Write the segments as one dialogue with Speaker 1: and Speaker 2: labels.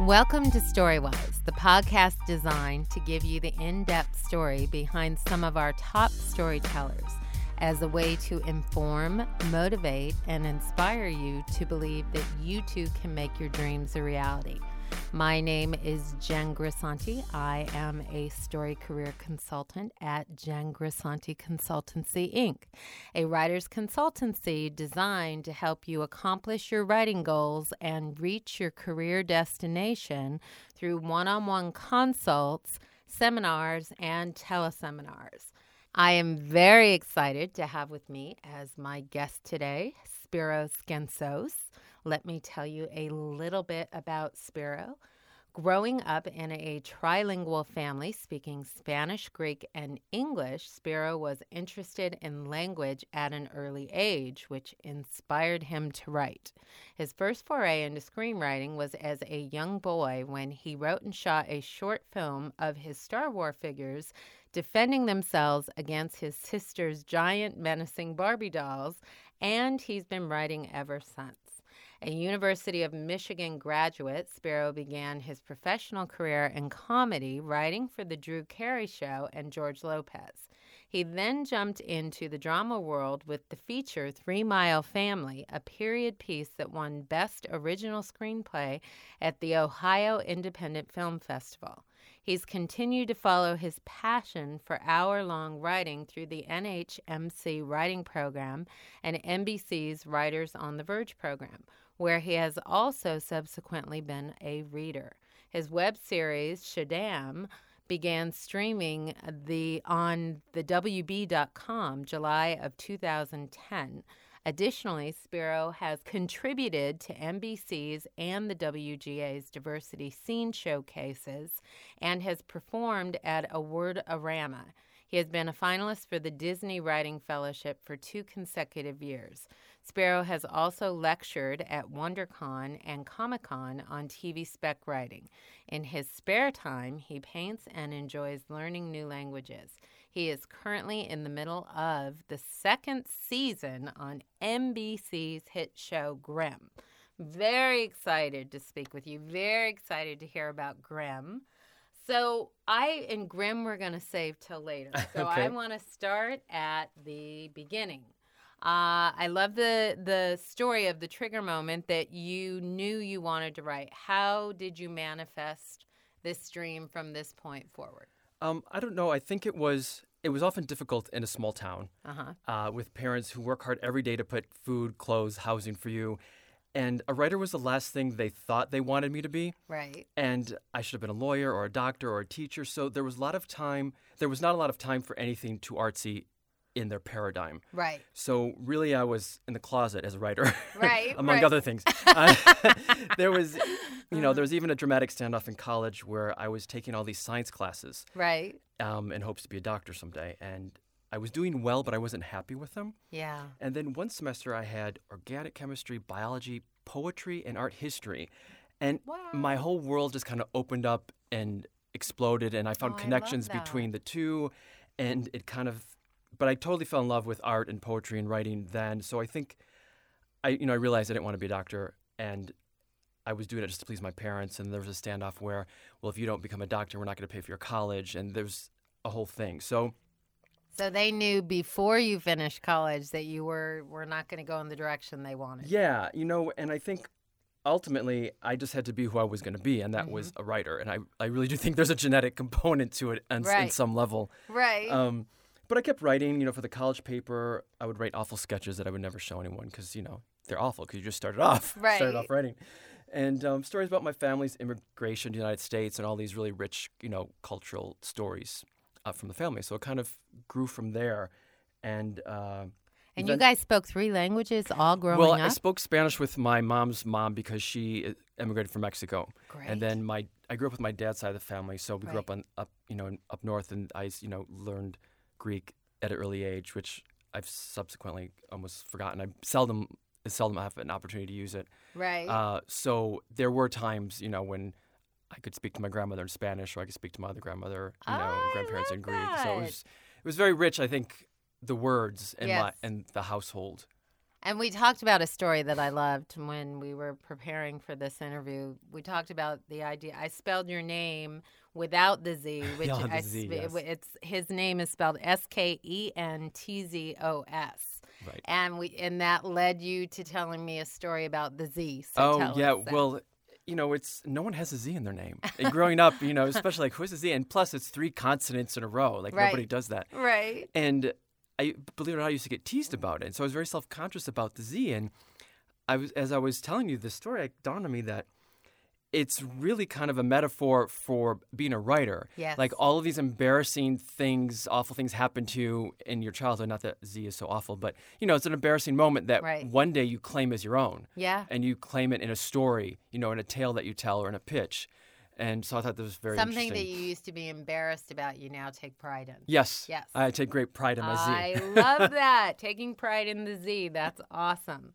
Speaker 1: Welcome to Storywise, the podcast designed to give you the in depth story behind some of our top storytellers as a way to inform, motivate, and inspire you to believe that you too can make your dreams a reality. My name is Jen Grisanti. I am a story career consultant at Jen Grisanti Consultancy, Inc., a writer's consultancy designed to help you accomplish your writing goals and reach your career destination through one on one consults, seminars, and teleseminars. I am very excited to have with me as my guest today, Spiros Gensos. Let me tell you a little bit about Spiro. Growing up in a trilingual family speaking Spanish, Greek, and English, Spiro was interested in language at an early age, which inspired him to write. His first foray into screenwriting was as a young boy when he wrote and shot a short film of his Star Wars figures defending themselves against his sister's giant menacing Barbie dolls, and he's been writing ever since. A University of Michigan graduate, Sparrow began his professional career in comedy, writing for The Drew Carey Show and George Lopez. He then jumped into the drama world with the feature Three Mile Family, a period piece that won Best Original Screenplay at the Ohio Independent Film Festival. He's continued to follow his passion for hour long writing through the NHMC writing program and NBC's Writers on the Verge program, where he has also subsequently been a reader. His web series, Shadam, began streaming the on the WB.com July of 2010. Additionally, Spiro has contributed to NBC's and the WGA's diversity scene showcases and has performed at Award-A-Rama. He has been a finalist for the Disney Writing Fellowship for two consecutive years. Spiro has also lectured at WonderCon and Comic Con on TV spec writing. In his spare time, he paints and enjoys learning new languages. He is currently in the middle of the second season on NBC's hit show Grimm. Very excited to speak with you, very excited to hear about Grimm. So I and Grim we're going to save till later. So
Speaker 2: Okay.
Speaker 1: I want to start at the beginning. Uh, I love the the story of the trigger moment that you knew you wanted to write. How did you manifest this dream from this point forward?
Speaker 2: Um, I don't know. I think it was it was often difficult in a small town
Speaker 1: Uh huh.
Speaker 2: uh, with parents who work hard every day to put food, clothes, housing for you, and a writer was the last thing they thought they wanted me to be.
Speaker 1: Right.
Speaker 2: And I should have been a lawyer or a doctor or a teacher. So there was a lot of time. There was not a lot of time for anything too artsy in their paradigm.
Speaker 1: Right.
Speaker 2: So really, I was in the closet as a writer,
Speaker 1: Right,
Speaker 2: among
Speaker 1: right. Uh-huh.
Speaker 2: other things. Uh, there was, you know, there was even a dramatic standoff in college where I was taking all these science classes
Speaker 1: Right.
Speaker 2: um, in hopes to be a doctor someday. And I was doing well, but I wasn't happy with them.
Speaker 1: Yeah.
Speaker 2: And then one semester I had organic chemistry, biology, poetry, and art history. And my whole world just kind of opened up and exploded. And I found
Speaker 1: Oh, I love
Speaker 2: connections
Speaker 1: that.
Speaker 2: between the two. And it kind of, but I totally fell in love with art and poetry and writing then. So I think I, you know, I realized I didn't want to be a doctor. And I was doing it just to please my parents. And there was a standoff where, well, if you don't become a doctor, we're not going to pay for your college. And there's a whole thing. So,
Speaker 1: So they knew before you finished college that you were were not going to go in the direction they wanted.
Speaker 2: Yeah, you know, and I think ultimately I just had to be who I was going to be, and that was
Speaker 1: Mm-hmm.
Speaker 2: a writer. And I, I really do think there's a genetic component to it on, s- in
Speaker 1: Right.
Speaker 2: some level.
Speaker 1: Right.
Speaker 2: Um, but I kept writing, you know, for the college paper, I would write awful sketches that I would never show anyone because, you know, they're awful because you just started off,
Speaker 1: Right.
Speaker 2: started off writing. And um, stories about my family's immigration to the United States and all these really rich, you know, cultural stories uh, from the family. So it kind of grew from there. And, uh,
Speaker 1: and you
Speaker 2: then-
Speaker 1: guys spoke three languages all growing
Speaker 2: well, I
Speaker 1: up.
Speaker 2: spoke Spanish with my mom's mom because she uh, emigrated from Mexico,
Speaker 1: Great.
Speaker 2: and then my I grew up with my dad's side of the family, so we grew up
Speaker 1: Right.
Speaker 2: on up you know in- up north, and I s- you know learned Greek at an early age, which I've subsequently almost forgotten. I seldom seldom have an opportunity to use it.
Speaker 1: right.
Speaker 2: Uh, so there were times you know when I could speak to my grandmother in Spanish, or I could speak to my other grandmother, you know,
Speaker 1: I
Speaker 2: grandparents
Speaker 1: love
Speaker 2: in Greek. So
Speaker 1: that.
Speaker 2: it was it was very rich, I think, the words and my
Speaker 1: Yes.
Speaker 2: and the household.
Speaker 1: And we talked about a story that I loved when we were preparing for this interview. We talked about the idea. I spelled your name without the Z, which
Speaker 3: Yeah, the
Speaker 1: I
Speaker 3: Z,
Speaker 1: sp-
Speaker 3: yes.
Speaker 1: it's his name is spelled S K E N T Z O S.
Speaker 3: Right.
Speaker 1: And we and that led you to telling me a story about the Z. So
Speaker 2: oh
Speaker 1: tell
Speaker 2: yeah,
Speaker 1: us that.
Speaker 2: well, you know, it's no one has a Z in their name. And growing up, you know, especially like who's a Z, and plus it's three consonants in a row. Like
Speaker 1: Right.
Speaker 2: nobody does that.
Speaker 1: right.
Speaker 2: And I believe it or not, I used to get teased about it. So I was very self conscious about the Z. And I was, as I was telling you this story, it dawned on me that it's really kind of a metaphor for being a writer.
Speaker 1: Yes.
Speaker 2: Like all of these embarrassing things, awful things happen to you in your childhood. Not that Z is so awful, but you know, it's an embarrassing moment that
Speaker 1: Right.
Speaker 2: one day you claim as your own
Speaker 1: Yeah.
Speaker 2: and you claim it in a story, you know, in a tale that you tell or in a pitch. And so I thought that was very
Speaker 1: Something
Speaker 2: interesting.
Speaker 1: that you used to be embarrassed about, you now take pride in.
Speaker 2: Yes.
Speaker 1: Yes.
Speaker 2: I take great pride in my Z.
Speaker 1: I love that. Taking pride in the Z. That's awesome.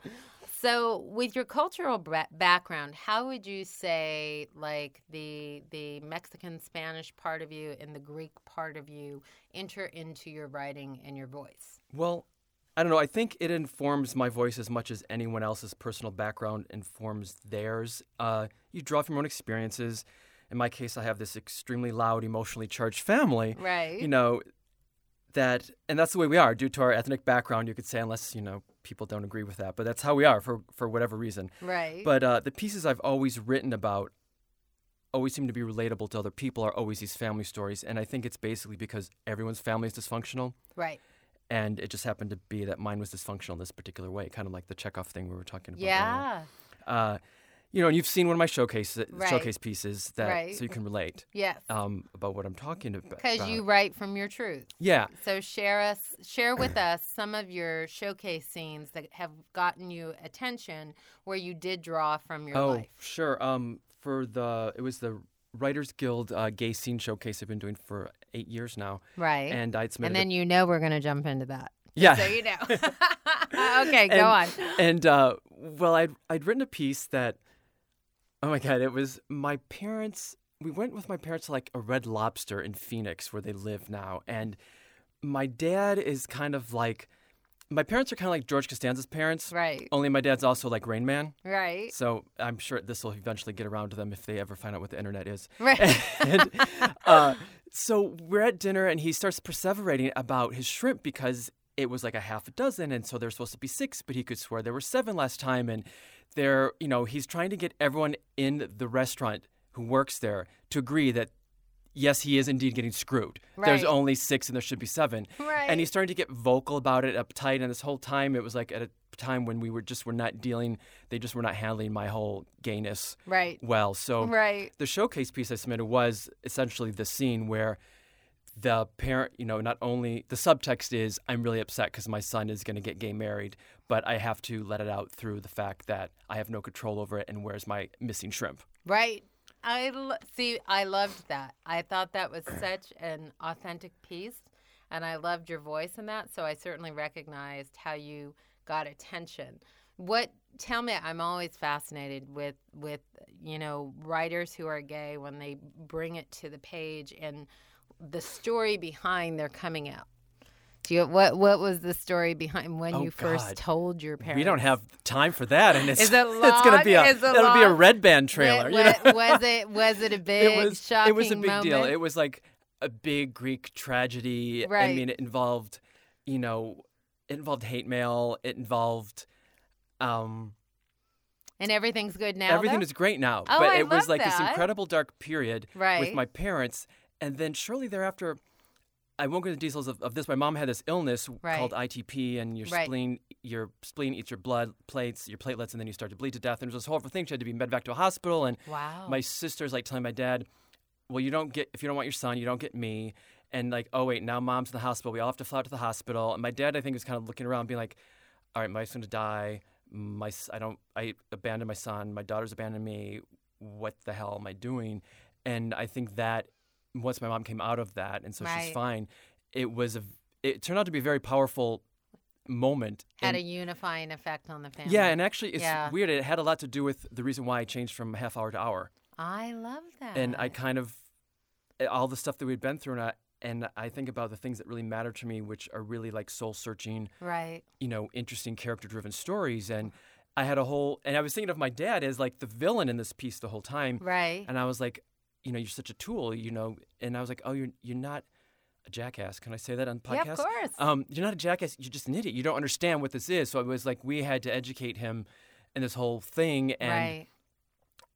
Speaker 1: So, with your cultural bra- background, how would you say like the the Mexican Spanish part of you and the Greek part of you enter into your writing and your voice?
Speaker 2: Well, I don't know. I think it informs my voice as much as anyone else's personal background informs theirs. Uh, you draw from your own experiences. In my case, I have this extremely loud, emotionally charged family.
Speaker 1: Right.
Speaker 2: You know, that, and that's the way we are due to our ethnic background, you could say, unless, you know, people don't agree with that. But that's how we are for, for whatever reason.
Speaker 1: right.
Speaker 2: But uh, the pieces I've always written about always seem to be relatable to other people are always these family stories. And I think it's basically because everyone's family is dysfunctional
Speaker 1: right.
Speaker 2: and it just happened to be that mine was dysfunctional this particular way, kind of like the Chekhov thing we were talking about. earlier.
Speaker 1: Yeah.
Speaker 2: Uh, you know, and you've seen one of my showcase uh,
Speaker 1: Right.
Speaker 2: showcase pieces that
Speaker 1: Right.
Speaker 2: so you can relate
Speaker 1: Yes.
Speaker 2: um, about what I'm talking ab- about.
Speaker 1: Because you write from your truth.
Speaker 2: yeah,
Speaker 1: So share us, share with us some of your showcase scenes that have gotten you attention, where you did draw from your
Speaker 2: oh
Speaker 1: life.
Speaker 2: sure. Um, for the it was the Writers Guild uh, Gay Scene Showcase I've been doing for eight years now,
Speaker 1: Right. And,
Speaker 2: and I'd submitted. a-
Speaker 1: then you know we're going to jump into that.
Speaker 2: yeah,
Speaker 1: So you know. okay, go on.
Speaker 2: and, And uh, well, I'd I'd written a piece that, oh my god, it was my parents. We went with my parents to like a Red Lobster in Phoenix, where they live now, and my dad is kind of like, my parents are kind of like George Costanza's parents.
Speaker 1: Right.
Speaker 2: Only my dad's also like Rain Man,
Speaker 1: Right.
Speaker 2: so I'm sure this will eventually get around to them if they ever find out what the internet is
Speaker 1: Right.
Speaker 2: and uh, so we're at dinner and he starts perseverating about his shrimp because it was like a half a dozen and so there's supposed to be six but he could swear there were seven last time and there you know he's trying to get everyone in the restaurant who works there to agree that yes he is indeed getting screwed there's
Speaker 1: Right.
Speaker 2: only six and there should be seven
Speaker 1: Right.
Speaker 2: and he's starting to get vocal about it uptight and this whole time it was like at a time when we were just were not dealing they just were not handling my whole gayness
Speaker 1: Right.
Speaker 2: well so
Speaker 1: Right.
Speaker 2: the showcase piece I submitted was essentially the scene where the parent, you know, not only the subtext is I'm really upset because my son is going to get gay married, but I have to let it out through the fact that I have no control over it and where's my missing shrimp.
Speaker 1: Right. I lo- see. I loved that. I thought that was such an authentic piece, and I loved your voice in that. So I certainly recognized how you got attention. What? Tell me. I'm always fascinated with with you know writers who are gay when they bring it to the page and the story behind their coming out. Do you what? What was the story behind when
Speaker 2: Oh,
Speaker 1: you first
Speaker 2: God.
Speaker 1: told your parents?
Speaker 2: We don't have time for that, and it's
Speaker 1: Is it
Speaker 2: it's going
Speaker 1: long?
Speaker 2: to be a
Speaker 1: Is it
Speaker 2: that'll be a
Speaker 1: long?
Speaker 2: red band trailer.
Speaker 1: Wa-
Speaker 2: you know?
Speaker 1: wa- was it was it a big
Speaker 2: it was
Speaker 1: shocking
Speaker 2: it was a big
Speaker 1: moment?
Speaker 2: deal. It was like a big Greek tragedy. I
Speaker 1: Right.
Speaker 2: mean, it involved, you know, it involved hate mail. It involved. Um,
Speaker 1: And everything's good now.
Speaker 2: everything
Speaker 1: though?
Speaker 2: is great now.
Speaker 1: Oh,
Speaker 2: but
Speaker 1: I
Speaker 2: it was
Speaker 1: love
Speaker 2: like this
Speaker 1: that.
Speaker 2: incredible dark period
Speaker 1: Right.
Speaker 2: with my parents. And then shortly thereafter, I won't go into the details of, of this. My mom had this illness
Speaker 1: Right.
Speaker 2: called ITP, and your
Speaker 1: Right.
Speaker 2: spleen your spleen eats your blood plates, your platelets, and then you start to bleed to death. And it was this horrible thing. She had to be med back to a hospital. And
Speaker 1: wow.
Speaker 2: my sister's like telling my dad, "Well, you don't get if you don't want your son, you don't get me." And like, oh wait, now mom's in the hospital. We all have to fly out to the hospital. And my dad, I think, was kind of looking around, being like, "All right, my son's gonna die. My s- I don't I abandoned my son. My daughter's abandoned me. What the hell am I doing?" And I think that once my mom came out of that, and so
Speaker 1: Right.
Speaker 2: she's fine. It was a it turned out to be a very powerful moment.
Speaker 1: had
Speaker 2: in-
Speaker 1: a unifying effect on the family.
Speaker 2: yeah, and actually, it's
Speaker 1: Yeah.
Speaker 2: weird. It had a lot to do with the reason why I changed from half hour to hour
Speaker 1: I love that.
Speaker 2: eh, and I kind of all the stuff that we'd been through, and I, and I think about the things that really matter to me, which are really like soul searching,
Speaker 1: Right.
Speaker 2: you know, interesting character driven stories. And I had a whole, and I was thinking of my dad as like the villain in this piece the whole time.
Speaker 1: Right.
Speaker 2: And I was like, you know, you're such a tool, you know. And I was like, oh, you're you're not a jackass. Can I say that on the
Speaker 1: Yeah,
Speaker 2: podcast?
Speaker 1: of course.
Speaker 2: Um, you're not a jackass. You're just an idiot. You don't understand what this is. So it was like we had to educate him in this whole thing, and
Speaker 1: right.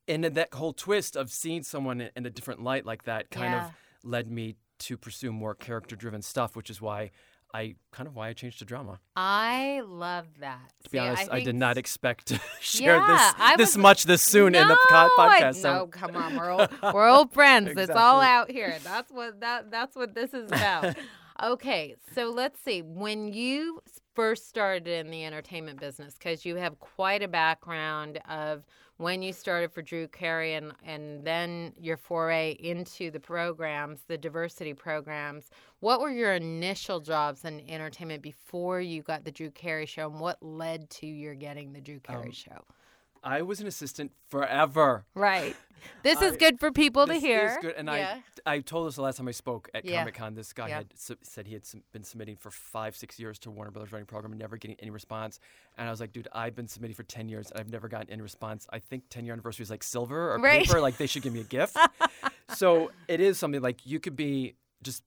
Speaker 2: and then that whole twist of seeing someone in- in a different light like that kind
Speaker 1: Yeah.
Speaker 2: of led me to pursue more character-driven stuff, which is why I kind of why I changed to drama.
Speaker 1: I love that.
Speaker 2: To be honest, I, did not expect to share
Speaker 1: Yeah,
Speaker 2: this
Speaker 1: I
Speaker 2: this
Speaker 1: was-
Speaker 2: much this soon in the co-
Speaker 1: No, I-
Speaker 2: podcast. so-
Speaker 1: no, come on, we're old, we're old friends. It's all
Speaker 2: Exactly.
Speaker 1: out here. That's what that that's what this is about. okay, so let's see. When you first started in the entertainment business, because you have quite a background of when you started for Drew Carey and and then your foray into the programs, the diversity programs. What were your initial jobs in entertainment before you got the Drew Carey show, and what led to your getting the
Speaker 2: Um,
Speaker 1: Drew Carey show?
Speaker 2: I was an assistant forever.
Speaker 1: Right. This is
Speaker 2: I-
Speaker 1: good for people to
Speaker 2: This
Speaker 1: hear.
Speaker 2: Is good. And
Speaker 1: yeah.
Speaker 2: I, I told this the last time I spoke at
Speaker 1: Yeah.
Speaker 2: Comic Con. This guy
Speaker 1: Yeah.
Speaker 2: had su- said he had sub- been submitting for five, six years to Warner Brothers writing program and never getting any response. And I was like, dude, I've been submitting for 10 years and I've never gotten any response. I think 10 year anniversary is like silver or
Speaker 1: Right.
Speaker 2: paper. Like they should give me a gift. so it is something like you could be just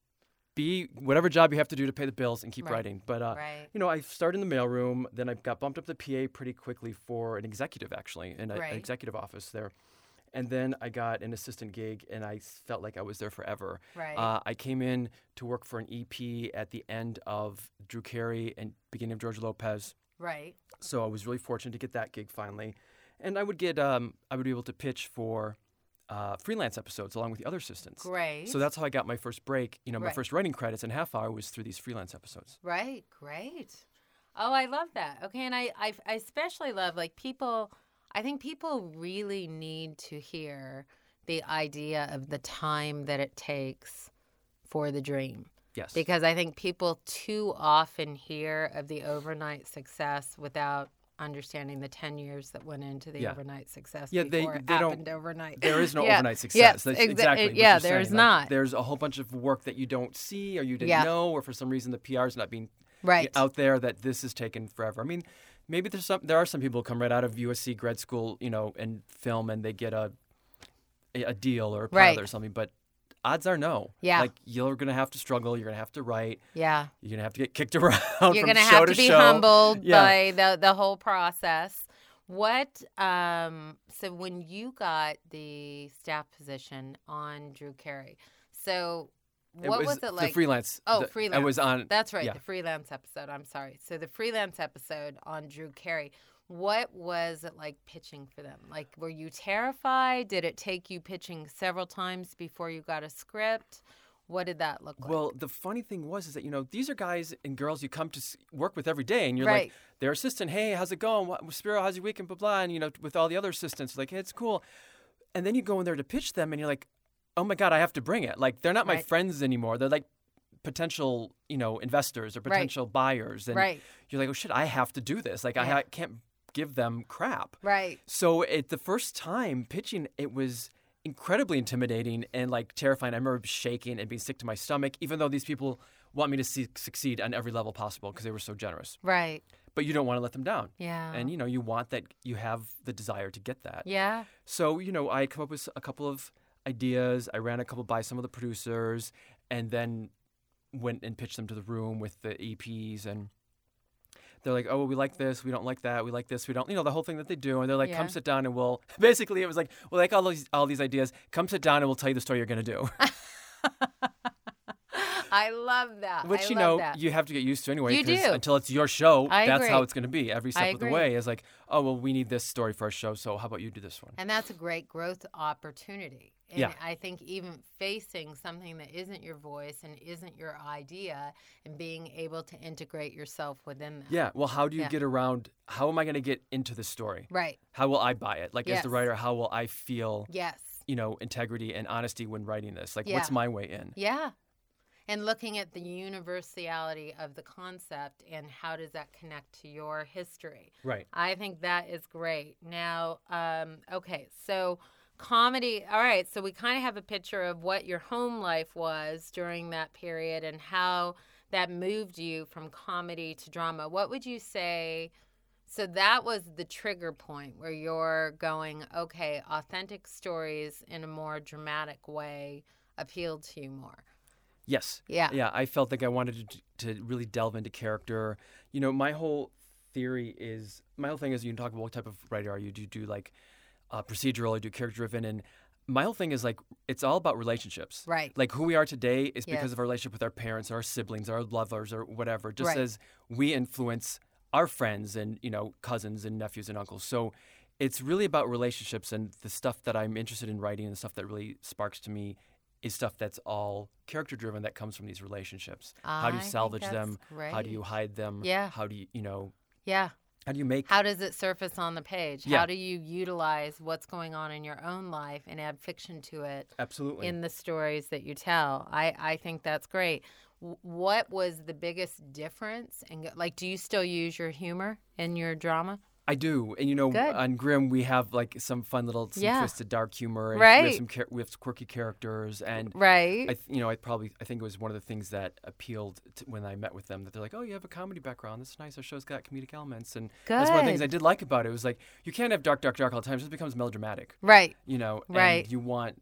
Speaker 2: be whatever job you have to do to pay the bills and keep
Speaker 1: Right.
Speaker 2: writing. But uh,
Speaker 1: right.
Speaker 2: you know, I started in the mailroom, then I got bumped up to PA pretty quickly for an executive, actually, in a,
Speaker 1: Right.
Speaker 2: an executive office there. And then I got an assistant gig, and I s- felt like I was there forever.
Speaker 1: Right.
Speaker 2: Uh, I came in to work for an EP at the end of Drew Carey and beginning of George Lopez.
Speaker 1: right.
Speaker 2: So I was really fortunate to get that gig finally. And I would get, um, I would be able to pitch for uh, freelance episodes along with the other assistants.
Speaker 1: Great.
Speaker 2: So that's how I got my first break. You know, my
Speaker 1: Right.
Speaker 2: first writing credits and half hour was through these freelance episodes.
Speaker 1: Right, great. Oh, I love that. Okay, and I, I I especially love like people. I think people really need to hear the idea of the time that it takes for the dream
Speaker 2: Yes.
Speaker 1: because I think people too often hear of the overnight success without understanding the 10 years that went into the
Speaker 2: Yeah.
Speaker 1: overnight success
Speaker 2: Yeah, they-
Speaker 1: before it
Speaker 2: they don't-
Speaker 1: happened overnight.
Speaker 2: There is no
Speaker 1: Yeah.
Speaker 2: overnight success.
Speaker 1: Yes,
Speaker 2: That's
Speaker 1: exa-
Speaker 2: exactly. what
Speaker 1: yeah,
Speaker 2: you're
Speaker 1: there's
Speaker 2: saying. Like,
Speaker 1: not.
Speaker 2: there's a whole bunch of work that you don't see or you didn't
Speaker 1: Yeah.
Speaker 2: know, or for some reason the PR is not being
Speaker 1: right.
Speaker 2: out there that this is taken forever. I mean, maybe there's some. There are some people who come right out of USC grad school, you know, and film, and they get a a deal or a pilot
Speaker 1: Right.
Speaker 2: or something. But odds are no.
Speaker 1: Yeah.
Speaker 2: Like you're gonna have to struggle. You're gonna have to write.
Speaker 1: yeah.
Speaker 2: You're gonna have to get kicked around.
Speaker 1: You're
Speaker 2: from
Speaker 1: gonna
Speaker 2: show
Speaker 1: have to, be
Speaker 2: show.
Speaker 1: humbled
Speaker 2: Yeah.
Speaker 1: by the the whole process. What? Um, so when you got the staff position on Drew Carey, so
Speaker 2: It
Speaker 1: what was, it like?
Speaker 2: The freelance.
Speaker 1: Oh,
Speaker 2: the- I
Speaker 1: freelance.
Speaker 2: was on.
Speaker 1: That's right,
Speaker 2: yeah.
Speaker 1: the freelance episode. I'm sorry. So the freelance episode on Drew Carey. What was it like pitching for them? Like, were you terrified? Did it take you pitching several times before you got a script? What did that look like?
Speaker 2: Well, the funny thing was is that you know these are guys and girls you come to s- work with every day, and you're
Speaker 1: Right.
Speaker 2: like their assistant. Hey, how's it going? What, Spiro, how's your week? And blah blah. And you know with all the other assistants, like hey, it's cool. And then you go in there to pitch them, and you're like, oh my god, I have to bring it. Like they're not my
Speaker 1: Right.
Speaker 2: friends anymore. They're like potential you know investors or
Speaker 1: Right.
Speaker 2: potential buyers, and
Speaker 1: right,
Speaker 2: you're like, oh shit, I have to do this. Like I
Speaker 1: Yeah.
Speaker 2: ha- can't give them crap.
Speaker 1: right,
Speaker 2: So at the first time pitching, it was incredibly intimidating and like terrifying. I remember shaking and being sick to my stomach, even though these people want me to see, succeed on every level possible because they were so generous.
Speaker 1: right.
Speaker 2: But you don't want to let them down.
Speaker 1: Yeah.
Speaker 2: And you know, you want that, you have the desire to get that.
Speaker 1: yeah.
Speaker 2: So, you know, I come up with a couple of ideas. I ran a couple by some of the producers and then went and pitched them to the room with the EPs and they're like, "Oh, well, we like this, we don't like that, we like this, we don't." You know, the whole thing that they do and they're like,
Speaker 1: Yeah.
Speaker 2: "Come sit down and we'll Basically, it was like, "We like all these all these ideas. Come sit down and we'll tell you the story you're going to do."
Speaker 1: I love that.
Speaker 2: Which
Speaker 1: I
Speaker 2: you
Speaker 1: love
Speaker 2: know,
Speaker 1: that.
Speaker 2: you have to get used to anyway
Speaker 1: You
Speaker 2: 'cause
Speaker 1: do.
Speaker 2: until it's your show,
Speaker 1: I
Speaker 2: that's how
Speaker 1: agree.
Speaker 2: it's going to be. Every
Speaker 1: I
Speaker 2: step of the
Speaker 1: agree.
Speaker 2: way is like, "Oh, well, we need this story for our show, so how about you do this one?"
Speaker 1: and that's a great growth opportunity. And
Speaker 2: Yeah.
Speaker 1: I think even facing something that isn't your voice and isn't your idea and being able to integrate yourself within that.
Speaker 2: Yeah. Well, how do you
Speaker 1: Yeah.
Speaker 2: get around? How am I going to get into the story?
Speaker 1: Right.
Speaker 2: How will I buy it? Like, as
Speaker 1: Yes.
Speaker 2: the writer, how will I feel,
Speaker 1: Yes.
Speaker 2: you know, integrity and honesty when writing this? Like, what's
Speaker 1: Yeah.
Speaker 2: my way in?
Speaker 1: Yeah. And looking at the universality of the concept and how does that connect to your history.
Speaker 2: Right.
Speaker 1: I think that is great. Now, um, okay, so comedy. All right, so we kind of have a picture of what your home life was during that period and how that moved you from comedy to drama. What would you say? So that was the trigger point where you're going, okay, authentic stories in a more dramatic way appealed to you more.
Speaker 2: Yes.
Speaker 1: Yeah.
Speaker 2: Yeah, I felt like I wanted to, to really delve into character. You know, my whole theory is my whole thing is you can talk about what type of writer are you? Do you do like uh, procedural or do character driven? And my whole thing is like it's all about relationships.
Speaker 1: Right.
Speaker 2: Like who we are today is
Speaker 1: Yeah.
Speaker 2: because of our relationship with our parents, our siblings, our lovers, or whatever. Just
Speaker 1: Right.
Speaker 2: as we influence our friends and you know cousins and nephews and uncles. So it's really about relationships and the stuff that I'm interested in writing and the stuff that really sparks to me is stuff that's all character driven that comes from these relationships. how do
Speaker 1: I
Speaker 2: you
Speaker 1: think
Speaker 2: salvage
Speaker 1: that's
Speaker 2: them? How do
Speaker 1: great.
Speaker 2: you hide them?
Speaker 1: Yeah.
Speaker 2: How do you you know
Speaker 1: Yeah.
Speaker 2: how do you make
Speaker 1: How does it surface on the page? How
Speaker 2: Yeah.
Speaker 1: do you utilize what's going on in your own life and add fiction to it
Speaker 2: absolutely
Speaker 1: in the stories that you tell? I, I think that's great. W- What was the biggest difference? And like, do you still use your humor in your drama?
Speaker 2: I do, and you know,
Speaker 1: Good.
Speaker 2: on Grimm we have like some fun little, some
Speaker 1: Yeah.
Speaker 2: twisted dark humor, and We
Speaker 1: Right.
Speaker 2: have some char- we have quirky characters, and
Speaker 1: Right.
Speaker 2: I, th- you know, I probably I think it was one of the things that appealed to when I met with them that they're like, oh, you have a comedy background. That's nice. Our show's got comedic elements, and that's one of the things I
Speaker 1: Good.
Speaker 2: did like about it. was like you can't have dark, dark, dark all the time. It just becomes melodramatic,
Speaker 1: right.
Speaker 2: you know.
Speaker 1: Right.
Speaker 2: And you want,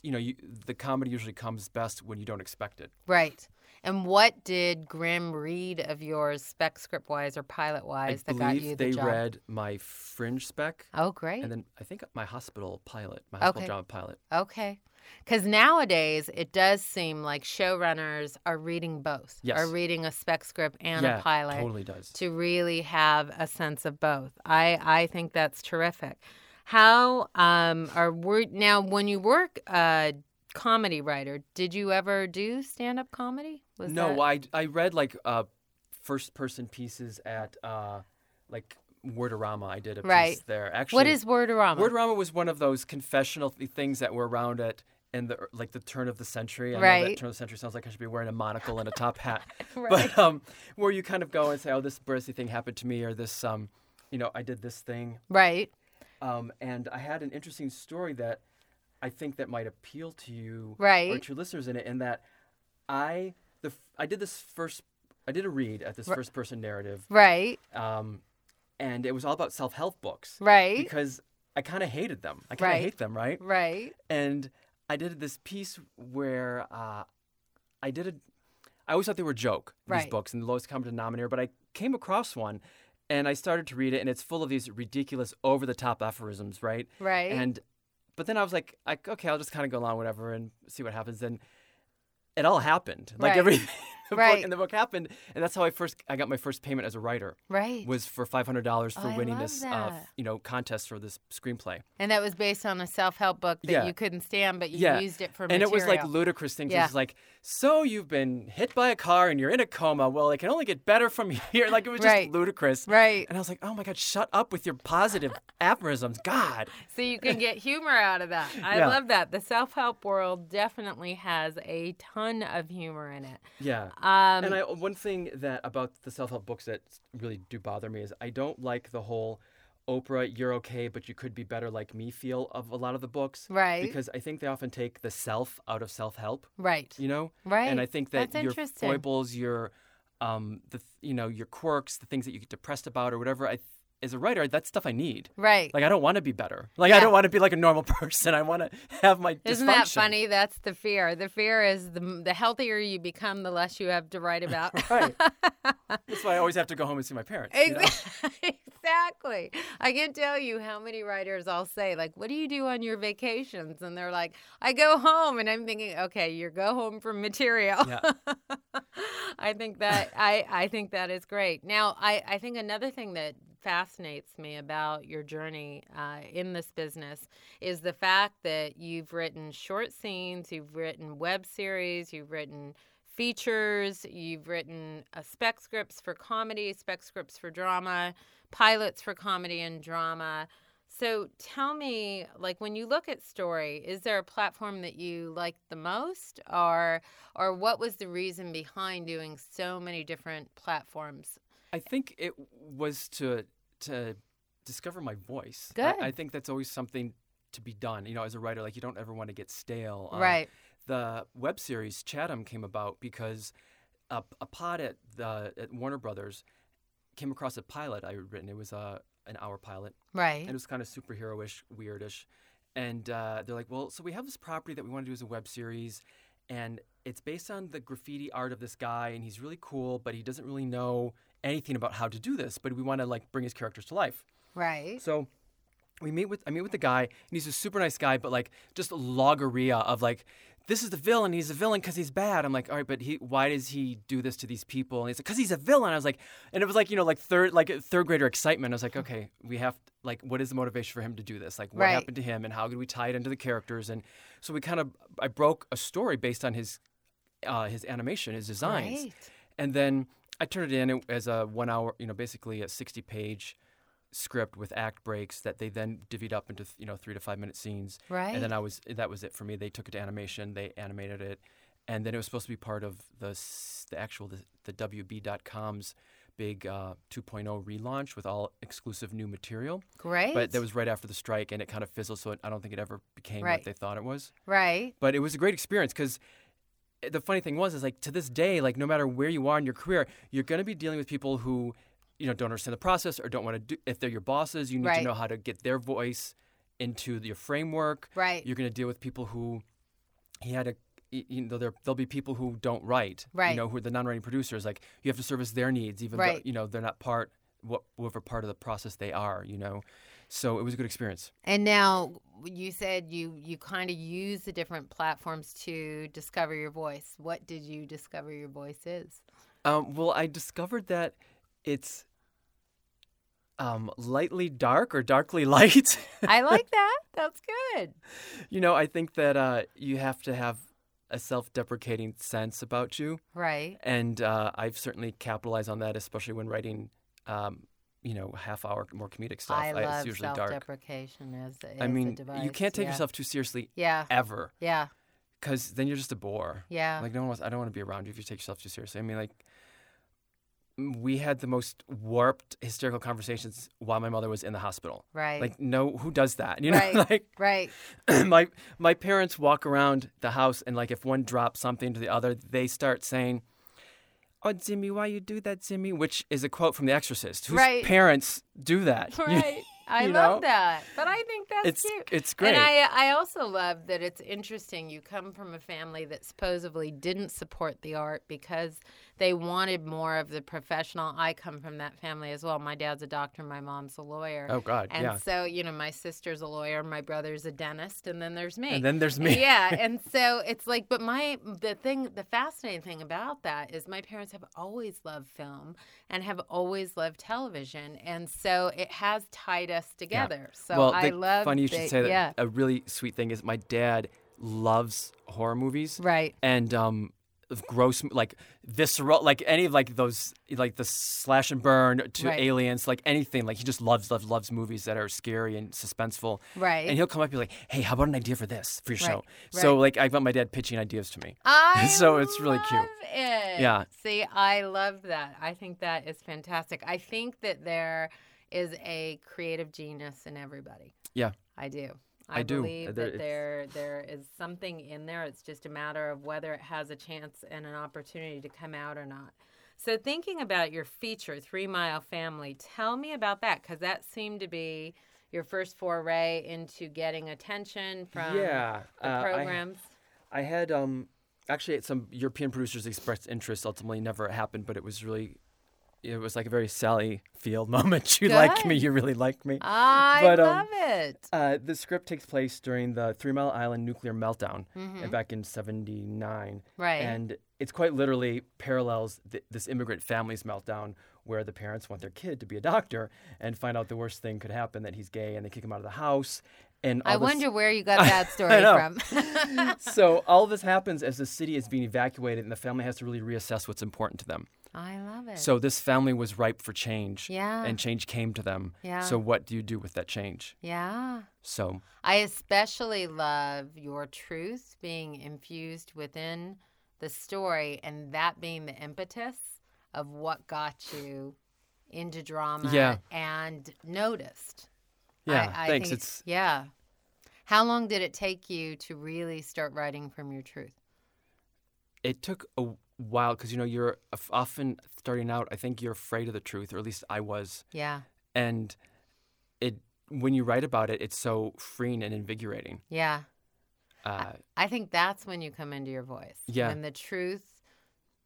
Speaker 2: you know, you, the comedy usually comes best when you don't expect it.
Speaker 1: Right. And what did Grim read of yours, spec script wise or pilot wise,
Speaker 2: I
Speaker 1: that got
Speaker 2: believe
Speaker 1: you the
Speaker 2: they
Speaker 1: job?
Speaker 2: read my fringe spec,
Speaker 1: oh, great.
Speaker 2: and then I think my hospital pilot, my hospital
Speaker 1: Okay.
Speaker 2: drama pilot.
Speaker 1: Okay. Because nowadays it does seem like showrunners are reading both,
Speaker 2: Yes.
Speaker 1: are reading a spec script and
Speaker 2: yeah,
Speaker 1: a pilot
Speaker 2: totally does.
Speaker 1: to really have a sense of both. I, I think that's terrific. How um, are we now when you work a comedy writer? Did you ever do stand up comedy? Was
Speaker 2: no,
Speaker 1: that-
Speaker 2: I I read like uh, first person pieces at uh, like Wordorama. I did a
Speaker 1: Right.
Speaker 2: piece there. Actually,
Speaker 1: what is Wordorama?
Speaker 2: Wordorama? Was one of those confessional th- things that were around at in the er- like the turn of the century. I Know
Speaker 1: Right.
Speaker 2: that turn of the century sounds like I should be wearing a monocle and a top hat.
Speaker 1: Right.
Speaker 2: But um, where you kind of go and say, oh, this birthday thing happened to me, or this um, you know, I did this thing.
Speaker 1: right.
Speaker 2: Um, and I had an interesting story that I think that might appeal to you or
Speaker 1: Right.
Speaker 2: to your listeners in it. In that I the f- I did this first I did a read at this first person narrative,
Speaker 1: Right.
Speaker 2: um, and it was all about self help books
Speaker 1: Right.
Speaker 2: because I kind of hated them. I kind of
Speaker 1: Right.
Speaker 2: hate them, right?
Speaker 1: right.
Speaker 2: And I did this piece where uh, I did a I always thought they were a joke
Speaker 1: Right.
Speaker 2: these books and the lowest common denominator, but I came across one. And I started to read it, and it's full of these ridiculous, over-the-top aphorisms, right?
Speaker 1: Right.
Speaker 2: And but then I was like, like okay, I'll just kind of go along whatever and see what happens. And it all happened, like
Speaker 1: Right.
Speaker 2: everything in the
Speaker 1: Right.
Speaker 2: book, in the book happened, and that's how I first I got my first payment as a writer
Speaker 1: right.
Speaker 2: was for five hundred dollars for
Speaker 1: Oh, I
Speaker 2: winning
Speaker 1: love
Speaker 2: this uh,
Speaker 1: that.
Speaker 2: you know contest for this screenplay.
Speaker 1: And that was based on a self help book that
Speaker 2: Yeah.
Speaker 1: you couldn't stand, but you
Speaker 2: Yeah.
Speaker 1: used it for
Speaker 2: And
Speaker 1: material.
Speaker 2: it was like ludicrous things.
Speaker 1: Yeah.
Speaker 2: It was like, so you've been hit by a car and you're in a coma. Well, it can only get better from here. Like it was just
Speaker 1: Right.
Speaker 2: ludicrous.
Speaker 1: right.
Speaker 2: And I was like, oh my god, shut up with your positive aphorisms, God.
Speaker 1: So you can get humor out of that. I
Speaker 2: Yeah.
Speaker 1: love that. The self help world definitely has a ton of humor in it.
Speaker 2: Yeah.
Speaker 1: Um,
Speaker 2: and I, one thing that about the self-help books that really do bother me is I don't like the whole Oprah, you're okay, but you could be better like me feel of a lot of the books.
Speaker 1: Right.
Speaker 2: Because I think they often take the self out of self-help,
Speaker 1: right.
Speaker 2: you know?
Speaker 1: Right.
Speaker 2: And I think that
Speaker 1: That's
Speaker 2: your
Speaker 1: interesting.
Speaker 2: foibles, your um the th- you know, your quirks, the things that you get depressed about or whatever, I th- as a writer, that's stuff I need.
Speaker 1: Right.
Speaker 2: Like I don't want to be better. Like I
Speaker 1: Yeah.
Speaker 2: don't want to be like a normal person. I want to have my
Speaker 1: Isn't
Speaker 2: dysfunction.
Speaker 1: that funny? That's the fear. The fear is the, the healthier you become, the less you have to write about.
Speaker 2: Right. That's why I always have to go home and see my parents. you know?
Speaker 1: exactly. I can tell you how many writers I'll say, like, what do you do on your vacations? And they're like, I go home. And I'm thinking, okay, you go home from material.
Speaker 2: Yeah.
Speaker 1: I think that I, I think that is great. Now, I, I think another thing that fascinates me about your journey uh, in this business is the fact that you've written short scenes, you've written web series, you've written features, you've written uh, spec scripts for comedy, spec scripts for drama, pilots for comedy and drama. So tell me, like when you look at story, is there a platform that you like the most, or or what was the reason behind doing so many different platforms?
Speaker 2: I think it was to to discover my voice.
Speaker 1: Good.
Speaker 2: I, I think that's always something to be done. You know, as a writer, like you don't ever want to get stale. on
Speaker 1: right.
Speaker 2: the web series Chatham came about because a, a pod at the at Warner Brothers came across a pilot I had written. It was a an hour pilot, and
Speaker 1: Right.
Speaker 2: it was kind of superheroish, weirdish. And uh, they're like, well, so we have this property that we want to do as a web series, and it's based on the graffiti art of this guy, and he's really cool, but he doesn't really know anything about how to do this. But we want to like bring his characters to life.
Speaker 1: Right.
Speaker 2: So we meet with I meet with the guy, and he's a super nice guy, but like just a logorrhea of like, this is the villain. He's a villain because he's bad. I'm like, all right, but he why does he do this to these people? And he's like, because he's a villain. I was like, and it was like you know like third like third grader excitement. I was like, okay, we have like what is the motivation for him to do this? Like what
Speaker 1: Mm-hmm. Right.
Speaker 2: happened to him, and how could we tie it into the characters? And so we kind of I broke a story based on his uh, his animation, his designs.
Speaker 1: Right.
Speaker 2: And then I turned it in as a one hour, you know, basically a 60 page script with act breaks that they then divvied up into, you know, three to five minute scenes. And then uh, I was, that was it for me. They took it to animation, they animated it. And then it was supposed to be part of the, s- the actual, the, the WB.com's big uh, 2.0 relaunch with all exclusive new material.
Speaker 1: Great.
Speaker 2: But that was right after the strike and it kind of fizzled. So it, I don't think it ever became
Speaker 1: Right.
Speaker 2: what they thought it was
Speaker 1: right.
Speaker 2: but it was a great experience because the funny thing was is like to this day like no matter where you are in your career you're going to be dealing with people who you know don't understand the process or don't want to do if they're your bosses you need
Speaker 1: Right.
Speaker 2: to know how to get their voice into your framework
Speaker 1: Right.
Speaker 2: you're going to deal with people who he had a y- you know there there'll be people who don't write
Speaker 1: Right.
Speaker 2: you know who are the non-writing producers like you have to service their needs even though
Speaker 1: Right.
Speaker 2: you know they're not part what whatever part of the process they are you know so it was a good experience
Speaker 1: And now you said you you kind of use the different platforms to discover your voice. What did you discover your voice is?
Speaker 2: Um, well, I discovered that it's um, lightly dark or darkly light.
Speaker 1: I like that. That's good.
Speaker 2: you know, I think that uh, you have to have a self deprecating sense about you.
Speaker 1: Right.
Speaker 2: And uh, I've certainly capitalized on that, especially when writing, um, you know, half hour more comedic stuff.
Speaker 1: I
Speaker 2: Uh,
Speaker 1: love
Speaker 2: it's usually dark.
Speaker 1: self-deprecation as, as
Speaker 2: I
Speaker 1: a
Speaker 2: mean,
Speaker 1: device.
Speaker 2: you can't take
Speaker 1: yeah.
Speaker 2: yourself too seriously
Speaker 1: Yeah.
Speaker 2: ever
Speaker 1: Yeah.
Speaker 2: because then you're just a bore.
Speaker 1: Yeah.
Speaker 2: Like no one wants. I don't want to be around you if you take yourself too seriously. I mean, like m- we had the most warped hysterical conversations while my mother was in the hospital.
Speaker 1: right.
Speaker 2: Like no, who does that? You know,
Speaker 1: Right.
Speaker 2: like
Speaker 1: right.
Speaker 2: my my parents walk around the house and like if one drops something to the other, they start saying. Oh, Jimmy, why you do that, Jimmy? Which is a quote from The Exorcist. Whose
Speaker 1: Right.
Speaker 2: parents do that? You-
Speaker 1: Right. I
Speaker 2: you
Speaker 1: love
Speaker 2: know?
Speaker 1: that. But I think that's
Speaker 2: It's
Speaker 1: cute.
Speaker 2: it's great.
Speaker 1: And I, I also love that it's interesting. You come from a family that supposedly didn't support the art because they wanted more of the professional. I come from that family as well. My dad's a doctor, my mom's a lawyer.
Speaker 2: oh God,
Speaker 1: and
Speaker 2: yeah.
Speaker 1: so, you know, my sister's a lawyer, my brother's a dentist, and then there's me.
Speaker 2: And then there's me.
Speaker 1: yeah, and so it's like, but my the thing, the fascinating thing about that is my parents have always loved film and have always loved television, and so it has tied us together. So
Speaker 2: well,
Speaker 1: I
Speaker 2: the-
Speaker 1: love.
Speaker 2: funny you should say that.
Speaker 1: Yeah,
Speaker 2: A really sweet thing is my dad loves horror movies
Speaker 1: right.
Speaker 2: and um, of gross, like visceral, like any of like those, like the slash and burn to
Speaker 1: Right.
Speaker 2: aliens, like anything. Like he just loves, loves, loves movies that are scary and suspenseful.
Speaker 1: Right.
Speaker 2: And he'll come up and be like, "Hey, how about an idea for this for your
Speaker 1: Right,
Speaker 2: show?" So like I got my dad pitching ideas to me.
Speaker 1: I
Speaker 2: So it's really cute.
Speaker 1: love It.
Speaker 2: Yeah.
Speaker 1: See, I love that. I think that is fantastic. I think that there is a creative genius in everybody.
Speaker 2: Yeah.
Speaker 1: I do. I,
Speaker 2: I do.
Speaker 1: believe
Speaker 2: There-
Speaker 1: that
Speaker 2: it's-
Speaker 1: there there is something in there. It's just a matter of whether it has a chance and an opportunity to come out or not. So thinking about your feature, Three Mile Family, tell me about that because that seemed to be your first foray into getting attention from the programs.
Speaker 2: I had um actually some European producers expressed interest. Ultimately, never happened, but it was really, it was like a very Sally Field moment. You like
Speaker 1: Good.
Speaker 2: me,
Speaker 1: Uh,
Speaker 2: you really like me.
Speaker 1: I
Speaker 2: But, um,
Speaker 1: love it.
Speaker 2: Uh, the script takes place during the Three Mile Island nuclear meltdown uh, back in '79,
Speaker 1: Mm-hmm. Right.
Speaker 2: and it's quite literally parallels th- this immigrant family's meltdown, where the parents want their kid to be a doctor and find out the worst thing could happen that he's gay, and they kick him out of the house. And all
Speaker 1: I
Speaker 2: this-
Speaker 1: wonder where you got that story
Speaker 2: know.
Speaker 1: from.
Speaker 2: so all this happens as the city is being evacuated and the family has to really reassess what's important to them
Speaker 1: I love it.
Speaker 2: so this family was ripe for change
Speaker 1: Yeah.
Speaker 2: and change came to them
Speaker 1: Yeah.
Speaker 2: so what do you do with that change
Speaker 1: yeah.
Speaker 2: so
Speaker 1: I especially love your truth being infused within the story and that being the impetus of what got you into drama
Speaker 2: Yeah.
Speaker 1: and noticed.
Speaker 2: yeah
Speaker 1: I, I
Speaker 2: thanks
Speaker 1: think
Speaker 2: it's
Speaker 1: yeah. How long did it take you to really start writing from your truth?
Speaker 2: It took a while because you know you're of- often starting out. I think you're afraid of the truth, or at least I was.
Speaker 1: Yeah.
Speaker 2: And it when you write about it, it's so freeing and invigorating.
Speaker 1: Yeah.
Speaker 2: Uh,
Speaker 1: I think that's when you come into your voice.
Speaker 2: Yeah.
Speaker 1: When the truth,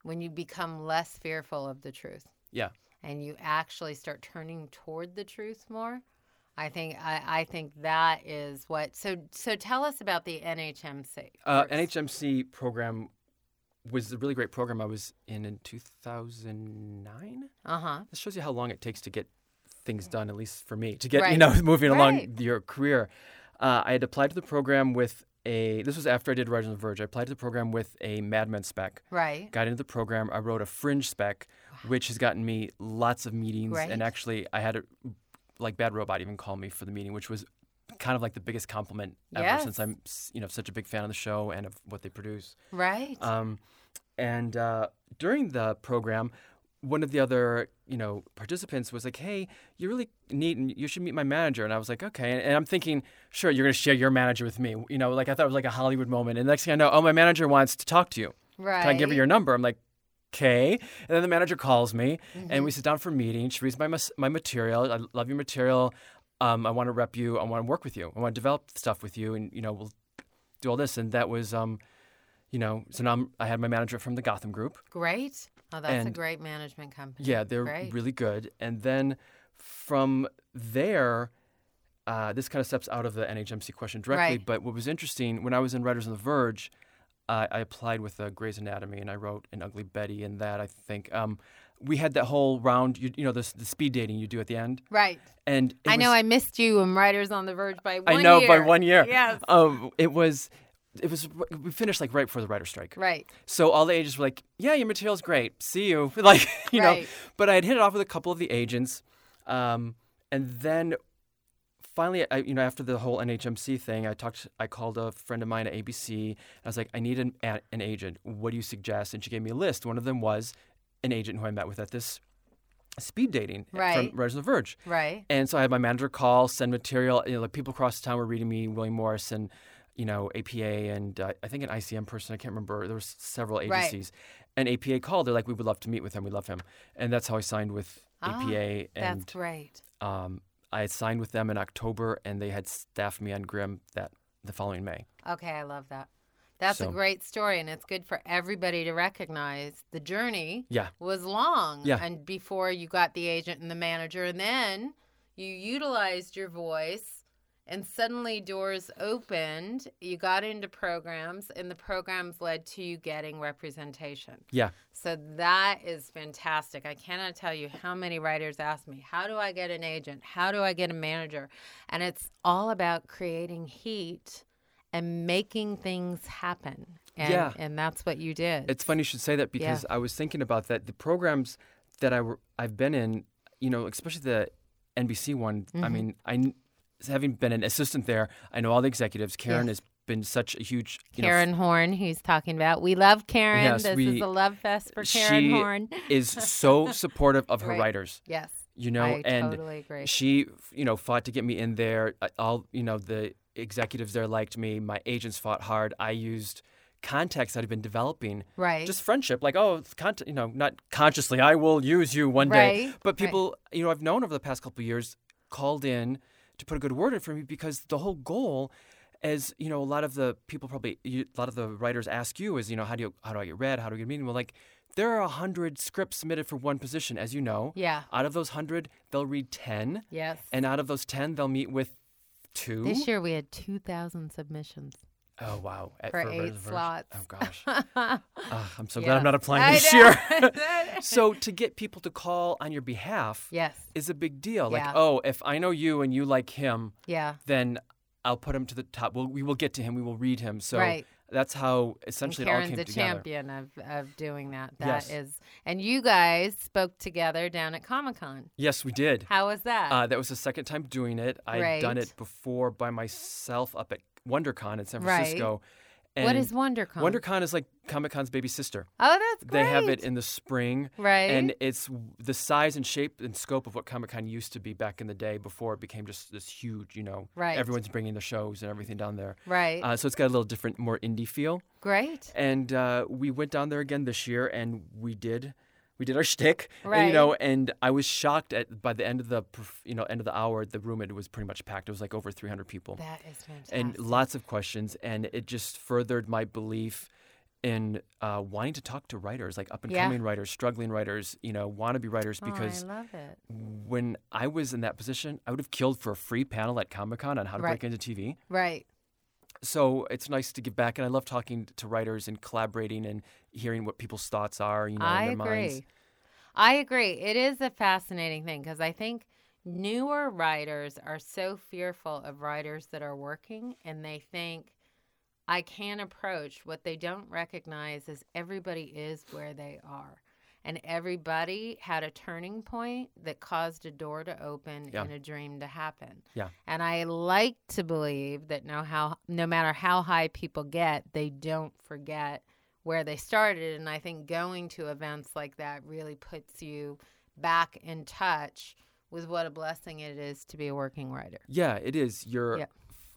Speaker 1: when you become less fearful of the truth.
Speaker 2: Yeah.
Speaker 1: And you actually start turning toward the truth more. I think I, I think that is what. So so tell us about the NHMC.
Speaker 2: uh,
Speaker 1: first.
Speaker 2: NHMC program was a really great program I was in in 2009.
Speaker 1: Uh-huh.
Speaker 2: This shows you how long it takes to get things done, at least for me, to get
Speaker 1: Right.
Speaker 2: you know moving along
Speaker 1: Right.
Speaker 2: your career. Uh, I had applied to the program with a. This was after I did Rise on the Verge. I applied to the program with a Mad Men spec.
Speaker 1: Right.
Speaker 2: Got into the program. I wrote a Fringe spec, which has gotten me lots of meetings.
Speaker 1: Great.
Speaker 2: And actually, I had a, like Bad Robot even call me for the meeting, which was kind of like the biggest compliment ever
Speaker 1: Yes.
Speaker 2: since I'm s- you know such a big fan of the show and of what they produce.
Speaker 1: Right.
Speaker 2: Um, and uh, during the program, one of the other you know participants was like, "Hey, you're really neat, and you should meet my manager." And I was like, "Okay." And, and I'm thinking, "Sure, you're going to share your manager with me." You know, like I thought it was like a Hollywood moment. And the next thing I know, oh, my manager wants to talk to you.
Speaker 1: right.
Speaker 2: Can I give her your number? I'm like. Okay, and then the manager calls me, and we sit down for a meeting. She reads my mas- my material. I love your material. Um, I want to rep you. I want to work with you. I want to develop stuff with you, and you know we'll do all this. And that was, um, you know, so now I'm, I had my manager from the Gotham Group.
Speaker 1: Great. Oh, that's a
Speaker 2: And-
Speaker 1: great management company.
Speaker 2: Yeah, they're
Speaker 1: Great.
Speaker 2: really good. And then from there, uh, this kind of steps out of the NHMC question directly.
Speaker 1: Right.
Speaker 2: But what was interesting when I was in Writers on the Verge, uh, I applied with uh, Grey's Anatomy and I wrote an Ugly Betty and that I think um, we had that whole round. You, you know, the, the speed dating you do at the end,
Speaker 1: Right.
Speaker 2: and it
Speaker 1: I know
Speaker 2: was-
Speaker 1: I missed you in Writers on the Verge by one
Speaker 2: I know
Speaker 1: year.
Speaker 2: by one year.
Speaker 1: Yes.
Speaker 2: Um, it was. It was we finished like right before the writer's strike.
Speaker 1: Right.
Speaker 2: So all the agents were like, "Yeah, your material's great. See you." Like, you know.
Speaker 1: Right.
Speaker 2: But I had hit it off with a couple of the agents, um, and then finally, I, you know, after the whole NHMC thing, I talked. I called a friend of mine at ABC. And I was like, "I need an a- an agent. What do you suggest?" And she gave me a list. One of them was an agent who I met with at this speed dating
Speaker 1: Right.
Speaker 2: from Rise of the Verge.
Speaker 1: Right.
Speaker 2: And so I had my manager call, send material. You know, like people across town were reading me, William Morris and you know APA and uh, I think an ICM person. I can't remember. There was several
Speaker 1: Right.
Speaker 2: agencies. And APA called. They're like, we would love to meet with him. We love him. And that's how I signed with
Speaker 1: Ah,
Speaker 2: APA.
Speaker 1: That's
Speaker 2: And
Speaker 1: great.
Speaker 2: um, I had signed with them in October, and they had staffed me on Grimm that the following May.
Speaker 1: Okay, I love that. That's a
Speaker 2: So-
Speaker 1: great story, and it's good for everybody to recognize the journey
Speaker 2: Yeah.
Speaker 1: was long.
Speaker 2: Yeah.
Speaker 1: And before you got the agent and the manager, and then you utilized your voice, and suddenly doors opened. You got into programs, and the programs led to you getting representation.
Speaker 2: Yeah.
Speaker 1: So that is fantastic. I cannot tell you how many writers ask me, How do I get an agent? How do I get a manager? And it's all about creating heat and making things happen. And,
Speaker 2: Yeah.
Speaker 1: and that's what you did.
Speaker 2: It's funny you should say that because I was thinking about that. The programs that I were, I've been in, you know, especially the NBC one. I
Speaker 1: Mm-hmm.
Speaker 2: mean, I kn- having been an assistant there, I know all the executives. Karen
Speaker 1: Yes.
Speaker 2: has been such a huge you know, f-
Speaker 1: Karen Horn, he's talking about. We love Karen.
Speaker 2: Yes,
Speaker 1: this is
Speaker 2: we-
Speaker 1: a love fest for Karen
Speaker 2: she
Speaker 1: Horn.
Speaker 2: is so supportive of her
Speaker 1: Right.
Speaker 2: writers.
Speaker 1: Yes.
Speaker 2: You know,
Speaker 1: I
Speaker 2: and
Speaker 1: totally agree.
Speaker 2: she, you know, fought to get me in there. I- All you know, the executives there liked me. My agents fought hard. I used contacts that I've been developing
Speaker 1: right.
Speaker 2: just friendship like oh it's con- you know not consciously i will use you one day
Speaker 1: Right,
Speaker 2: but people you know i've known over the past couple of years called in to put a good word in for me because the whole goal as you know a lot of the people probably you, a lot of the writers ask you is you know how do you how do i get read how do i get a meeting well like there are a hundred scripts submitted for one position as you know
Speaker 1: yeah.
Speaker 2: out of those hundred they'll read 10
Speaker 1: Yes.
Speaker 2: and out of those 10 they'll meet with two
Speaker 1: this year we had 2,000 submissions.
Speaker 2: oh wow At-
Speaker 1: for eight
Speaker 2: Reservation-
Speaker 1: slots.
Speaker 2: oh gosh Ah, i'm so
Speaker 1: Yeah.
Speaker 2: glad i'm not applying
Speaker 1: I
Speaker 2: this
Speaker 1: know.
Speaker 2: year so to get people to call on your behalf
Speaker 1: yes.
Speaker 2: is a big deal. Like,
Speaker 1: Yeah.
Speaker 2: oh, if I know you and you like him,
Speaker 1: Yeah.
Speaker 2: then I'll put him to the top. We'll, we will get to him. We will read him. So
Speaker 1: Right.
Speaker 2: that's how
Speaker 1: And
Speaker 2: essentially it all
Speaker 1: Karen's
Speaker 2: came
Speaker 1: a
Speaker 2: together.
Speaker 1: champion of, of doing that. That is,
Speaker 2: Yes.
Speaker 1: and you guys spoke together down at Comic Con.
Speaker 2: Yes, we did.
Speaker 1: How was that?
Speaker 2: Uh, that was the second time doing it. I had done
Speaker 1: Right.
Speaker 2: it before by myself up at WonderCon in San
Speaker 1: Right.
Speaker 2: Francisco. And
Speaker 1: what is WonderCon?
Speaker 2: WonderCon is like Comic Con's baby sister.
Speaker 1: Oh, that's great.
Speaker 2: They have it in the spring.
Speaker 1: right.
Speaker 2: And it's w- the size and shape and scope of what Comic Con used to be back in the day before it became just this huge, you know,
Speaker 1: Right.
Speaker 2: everyone's bringing the shows and everything down there.
Speaker 1: right.
Speaker 2: Uh, so it's got a little different, more indie feel.
Speaker 1: great.
Speaker 2: And uh, we went down there again this year, and we did, we did our shtick, and,
Speaker 1: Right.
Speaker 2: you know. And I was shocked at by the end of the, perf- you know, end of the hour, the room it was pretty much packed. It was like over 300 people,
Speaker 1: That is fantastic.
Speaker 2: and lots of questions, and it just furthered my belief in uh, wanting to talk to writers, like up and
Speaker 1: Yeah.
Speaker 2: coming writers, struggling writers, you know, wannabe writers,
Speaker 1: Oh,
Speaker 2: because.
Speaker 1: I love it.
Speaker 2: when I was in that position, I would have killed for a free panel at Comic Con on how to
Speaker 1: Right.
Speaker 2: break into TV
Speaker 1: Right.
Speaker 2: so it's nice to give back and i love talking to writers and collaborating and hearing what people's thoughts are you know
Speaker 1: I
Speaker 2: in their
Speaker 1: agree.
Speaker 2: minds
Speaker 1: I agree. It is a fascinating thing because I think newer writers are so fearful of writers that are working and they think I can approach what they don't recognize is everybody is where they are. And everybody had a turning point that caused a door to open
Speaker 2: Yeah.
Speaker 1: and a dream to happen.
Speaker 2: Yeah.
Speaker 1: And I like to believe that no how no matter how high people get, they don't forget where they started. And I think going to events like that really puts you back in touch with what a blessing it is to be a working writer.
Speaker 2: yeah it is you're
Speaker 1: Yeah.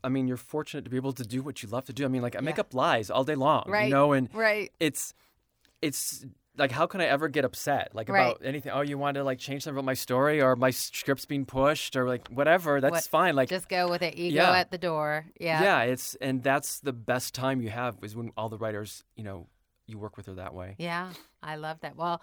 Speaker 2: i mean you're fortunate to be able to do what you love to do i mean like i make
Speaker 1: Yeah.
Speaker 2: up lies all day long
Speaker 1: Right.
Speaker 2: you know and
Speaker 1: Right.
Speaker 2: it's it's like how can i ever get upset like
Speaker 1: Right.
Speaker 2: about anything oh you want to like change something about my story or my script's being pushed or like whatever that's fine like
Speaker 1: Just go with it. Ego
Speaker 2: Yeah.
Speaker 1: at the door. Yeah.
Speaker 2: yeah it's and that's the best time you have is when all the writers you know you work with her that way
Speaker 1: Yeah, I love that. Well,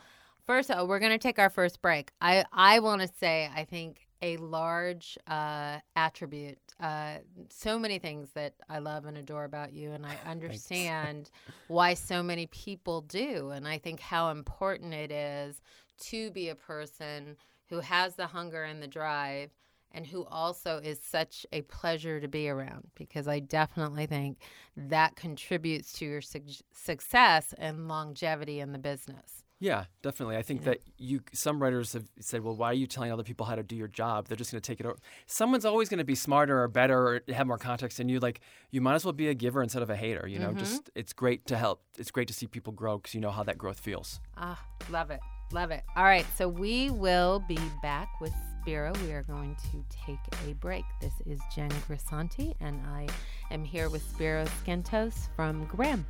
Speaker 1: first of all, we're going to take our first break. I I want to say I think a large uh, attribute, uh, so many things that I love and adore about you, and I understand why so many people do, and I think how important it is to be a person who has the hunger and the drive. And who also is such a pleasure to be around because I definitely think that contributes to your suc success and longevity in the business.
Speaker 2: Yeah, definitely. I think
Speaker 1: You know?
Speaker 2: that you some writers have said, "Well, why are you telling other people how to do your job? They're just going to take it over. Someone's always going to be smarter or better or have more context than you. Like you might as well be a giver instead of a hater. You know,
Speaker 1: Mhm.
Speaker 2: just it's great to help. It's great to see people grow because you know how that growth feels.
Speaker 1: Ah, love it. Love it. All right, so we will be back with Spiro. We are going to take a break. This is Jen Grisanti, and I am here with Spiro Skentos from Grimm.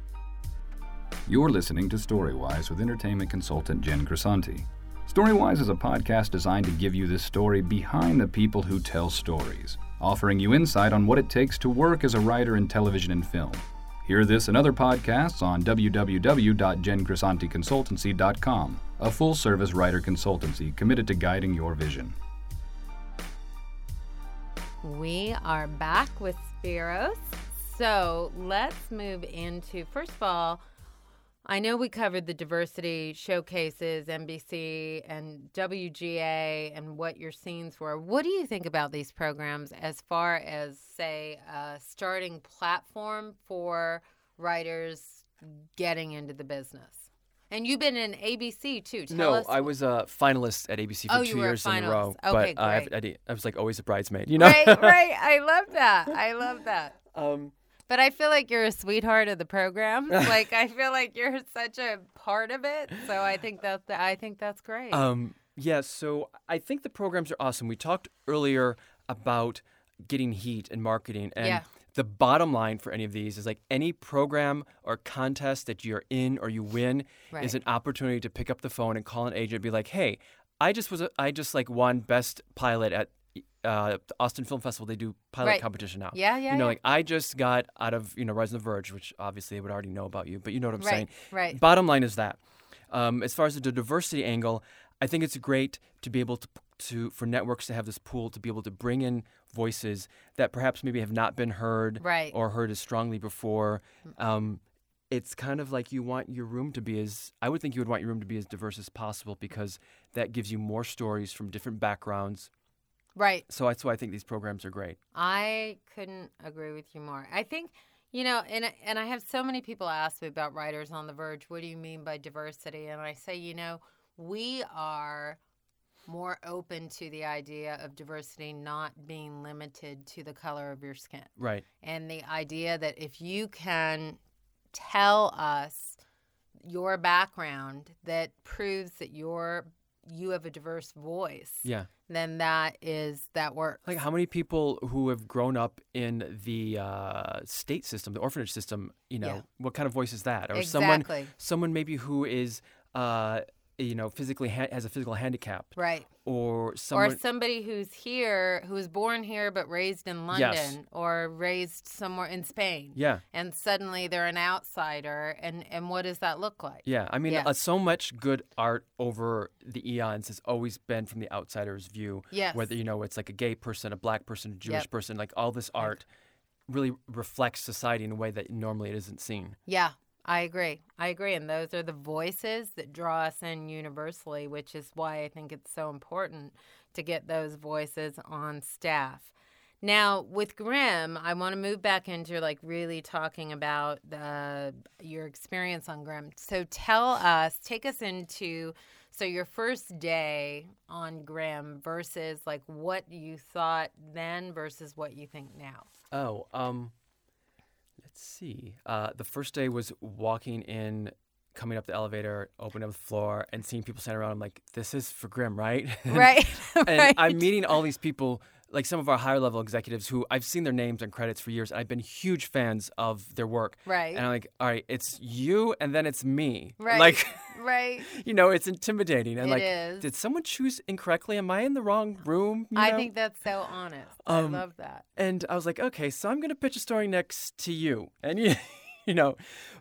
Speaker 3: You're listening to Storywise with entertainment consultant Jen Crisanti. Storywise is a podcast designed to give you the story behind the people who tell stories, offering you insight on what it takes to work as a writer in television and film. Hear this and other podcasts on www.jencrisanticonsultancy.com, a full service writer consultancy committed to guiding your vision.
Speaker 1: We are back with Spiros. So let's move into first of all, I know we covered the diversity showcases, NBC and WGA, and what your scenes were. What do you think about these programs as far as, say, a starting platform for writers getting into the business? And you've been in ABC too. Tell
Speaker 2: no,
Speaker 1: us.
Speaker 2: I was a finalist at ABC for
Speaker 1: Oh,
Speaker 2: two
Speaker 1: you were a
Speaker 2: years in a row,
Speaker 1: finalist. Okay,
Speaker 2: but I,
Speaker 1: great.
Speaker 2: I, di- I was like always a bridesmaid. You know,
Speaker 1: right, right. I love that. I love that.
Speaker 2: um,
Speaker 1: But I feel like you're a sweetheart of the program. like I feel like you're such a part of it. So I think that's I think that's great.
Speaker 2: Um, yeah, so I think the programs are awesome. We talked earlier about getting heat and marketing, and
Speaker 1: Yeah.
Speaker 2: the bottom line for any of these is like any program or contest that you're in or you win
Speaker 1: Right.
Speaker 2: is an opportunity to pick up the phone and call an agent and be like, "Hey, I just was a, I just like won best pilot at." Uh, the Austin Film Festival, they do pilot
Speaker 1: Right.
Speaker 2: competition now.
Speaker 1: Yeah, yeah,
Speaker 2: You know,
Speaker 1: yeah.
Speaker 2: like I just got out of you know Rise on the Verge, which obviously they would already know about you, but you know what I'm
Speaker 1: Right,
Speaker 2: saying.
Speaker 1: right.
Speaker 2: Bottom line is that, um, as far as the diversity angle, I think it's great to be able to, to for networks to have this pool to be able to bring in voices that perhaps maybe have not been heard
Speaker 1: Right. Mm.
Speaker 2: or heard as strongly before. Um, it's kind of like you want your room to be as I would think you would want your room to be as diverse as possible because that gives you more stories from different backgrounds.
Speaker 1: right.
Speaker 2: So that's why I think these programs are great.
Speaker 1: I couldn't agree with you more. I think you know, and I- and I have so many people ask me about writers on the verge. What do you mean by diversity? And I say, you know, we are more open to the idea of diversity not being limited to the color of your skin.
Speaker 2: Right.
Speaker 1: and the idea that if you can tell us your background that proves that you're you have a diverse voice,
Speaker 2: Yeah.
Speaker 1: then that is that works.
Speaker 2: Like how many people who have grown up in the uh, state system, the orphanage system, you know,
Speaker 1: Yeah.
Speaker 2: what kind of voice is that? Or someone
Speaker 1: exactly.
Speaker 2: someone maybe who is uh, you know, physically ha- has a physical handicap
Speaker 1: Right.
Speaker 2: or someone
Speaker 1: or somebody who's here, who was born here but raised in London
Speaker 2: Yes.
Speaker 1: or raised somewhere in Spain,
Speaker 2: Yeah.
Speaker 1: and suddenly they're an outsider. And, and what does that look like?
Speaker 2: Yeah, I mean,
Speaker 1: Yeah.
Speaker 2: Uh, so much good art over the eons has always been from the outsider's view.
Speaker 1: Yes.
Speaker 2: Whether you know it's like a gay person, a black person, a Jewish
Speaker 1: Yep.
Speaker 2: person, like all this art really reflects society in a way that normally it isn't seen.
Speaker 1: Yeah, I agree. I agree. And those are the voices that draw us in universally, which is why I think it's so important to get those voices on staff. Now, with Grimm, I want to move back into like really talking about the, your experience on Grimm. So tell us, take us into so your first day on Grimm versus like what you thought then versus what you think now.
Speaker 2: Oh, um, let's see. Uh, the first day was walking in, coming up the elevator, opening up the floor, and seeing people standing around. I'm like, this is for Grimm, right? And-
Speaker 1: Right.
Speaker 2: and
Speaker 1: right.
Speaker 2: I'm meeting all these people, like some of our higher level executives who I've seen their names and credits for years, and I've been huge fans of their work.
Speaker 1: right.
Speaker 2: And I'm like, all right, it's you, and then it's me.
Speaker 1: Right.
Speaker 2: Like,
Speaker 1: right.
Speaker 2: you know, it's intimidating. And
Speaker 1: It
Speaker 2: like,
Speaker 1: is.
Speaker 2: did someone choose incorrectly? Am I in the wrong room? You
Speaker 1: I
Speaker 2: know?
Speaker 1: think that's so honest.
Speaker 2: Um,
Speaker 1: I love that.
Speaker 2: And I was like, okay, so I'm gonna pitch a story next to you, and you, you know,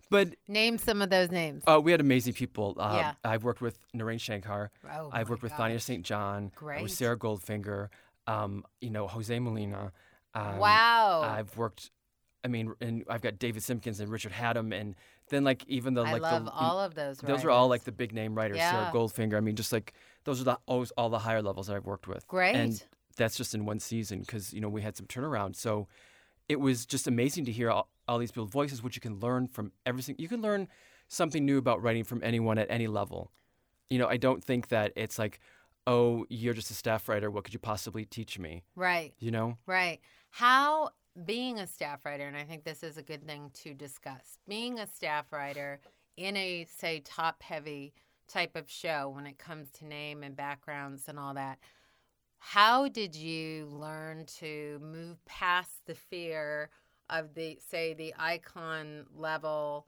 Speaker 2: but
Speaker 1: Name some of those names.
Speaker 2: uh, we had amazing people. Uh,
Speaker 1: Yeah.
Speaker 2: I've worked with Naren Shankar.
Speaker 1: Oh,
Speaker 2: I've
Speaker 1: my
Speaker 2: worked with
Speaker 1: God.
Speaker 2: Thania St. John. I worked
Speaker 1: Great.
Speaker 2: With Sarah Goldfinger. Um, you know, Jose Molina. Um,
Speaker 1: wow.
Speaker 2: I've worked. I mean, and I've got David Simpkins and Richard Haddam, and then like even the
Speaker 1: I
Speaker 2: like
Speaker 1: love
Speaker 2: the,
Speaker 1: all of those.
Speaker 2: those are all
Speaker 1: writers.
Speaker 2: like the big name writers.
Speaker 1: Yeah.
Speaker 2: Sarah Goldfinger. I mean, just like those are the always all the higher levels that I've worked with. And
Speaker 1: Great.
Speaker 2: that's just in one season because you know we had some turnaround. So it was just amazing to hear all, all these people's voices, which you can learn from everything. You can learn something new about writing from anyone at any level. You know, I don't think that it's like, oh, you're just a staff writer. What could you possibly teach me?
Speaker 1: right,
Speaker 2: You know.
Speaker 1: right. How being a staff writer, and I think this is a good thing to discuss. Being a staff writer in a say top heavy type of show when it comes to name and backgrounds and all that. How did you learn to move past the fear of the say the icon level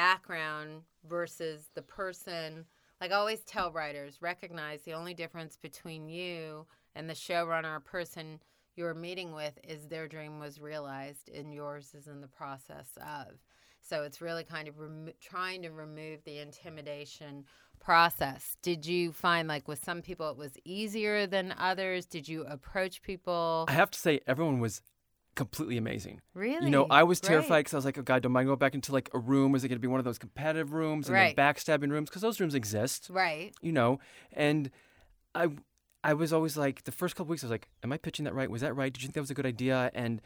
Speaker 1: background versus the person? Like I always tell writers, recognize the only difference between you and the showrunner or person you're meeting with is their dream was realized and yours is in the process of. So it's really kind of remo- trying to remove the intimidation process. Did you find like with some people it was easier than others? Did you approach people?
Speaker 2: I have to say, everyone was completely amazing.
Speaker 1: Really?
Speaker 2: You know, I was
Speaker 1: Great.
Speaker 2: terrified because I was like, oh God, don't mind go back into like a room? Is it going to be one of those competitive rooms and then
Speaker 1: Right.
Speaker 2: backstabbing rooms? Because those rooms exist,
Speaker 1: Right.
Speaker 2: you know. And I, I was always like, the first couple weeks, I was like, am I pitching that right? Was that right? Did you think that was a good idea? And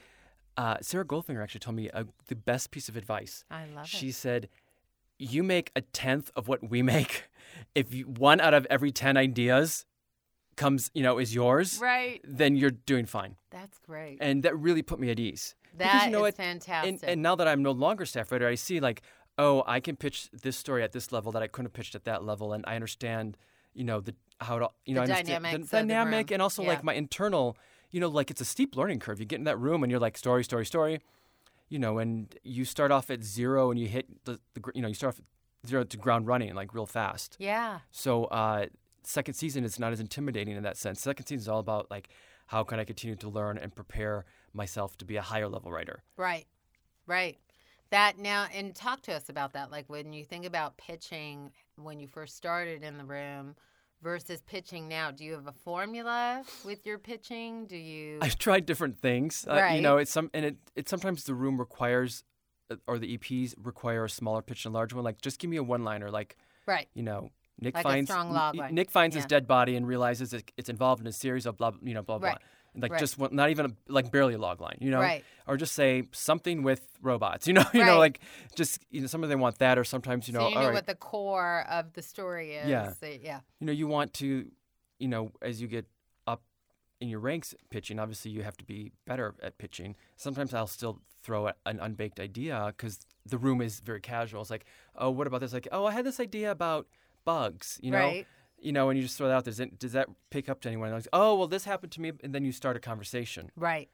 Speaker 2: uh, Sarah Goldfinger actually told me uh the best piece of advice.
Speaker 1: I love
Speaker 2: she
Speaker 1: it.
Speaker 2: said, "You make a tenth of what we make. If you, one out of every ten ideas comes, you know, is yours,
Speaker 1: Right.
Speaker 2: then you're doing fine."
Speaker 1: That's great.
Speaker 2: and that really put me at ease.
Speaker 1: That
Speaker 2: because you know
Speaker 1: is
Speaker 2: what?
Speaker 1: fantastic.
Speaker 2: And, and now that I'm no longer staff writer, I see like, oh, I can pitch this story at this level that I couldn't have pitched at that level, and I understand, you know, the how it all, you know,
Speaker 1: The
Speaker 2: I understand
Speaker 1: dynamics of the
Speaker 2: the dynamic,
Speaker 1: room.
Speaker 2: and also like
Speaker 1: Yeah.
Speaker 2: my internal, you know, like it's a steep learning curve. You get in that room and you're like story, story, story, you know, and you start off at zero and you hit the, the gr- you know, you start off at zero to ground running like real fast.
Speaker 1: yeah.
Speaker 2: So uh, second season is not as intimidating in that sense. Second season is all about like how can I continue to learn and prepare myself to be a higher level writer.
Speaker 1: Right, right. That now, and talk to us about that. Like when you think about pitching when you first started in the room versus pitching now, do you have a formula with your pitching? Do you?
Speaker 2: I've tried different things. Uh, you know,
Speaker 1: Mm-hmm. Right.
Speaker 2: it's some and it, it sometimes the room requires uh, or the EPs require a smaller pitch and a larger one. Like just give me a one liner. Like
Speaker 1: right,
Speaker 2: you know. Nick
Speaker 1: Like a
Speaker 2: finds
Speaker 1: strong
Speaker 2: N-
Speaker 1: log
Speaker 2: N-
Speaker 1: line.
Speaker 2: Nick finds his
Speaker 1: Yeah.
Speaker 2: dead body and realizes it, it's involved in a series of blah you know blah
Speaker 1: Right.
Speaker 2: blah like
Speaker 1: Right.
Speaker 2: just one, not even a, like barely a log line you know
Speaker 1: right,
Speaker 2: or just say something with robots. You know, you
Speaker 1: Right.
Speaker 2: know, like just you know, some of them want that, or sometimes you know,
Speaker 1: so you
Speaker 2: all
Speaker 1: know
Speaker 2: right,
Speaker 1: what the core of the story is.
Speaker 2: Yeah.
Speaker 1: so- yeah,
Speaker 2: you know, you want to, you know, as you get up in your ranks pitching, obviously you have to be better at pitching. Sometimes I'll still throw a- an unbaked idea because the room is very casual. It's like, oh, what about this? Like, oh, I had this idea about bugs, you know?
Speaker 1: Right.
Speaker 2: You know, and you just throw that out there. Does, it, does that pick up to anyone? And they're Like, oh, well, this happened to me. And then you start a conversation.
Speaker 1: Right.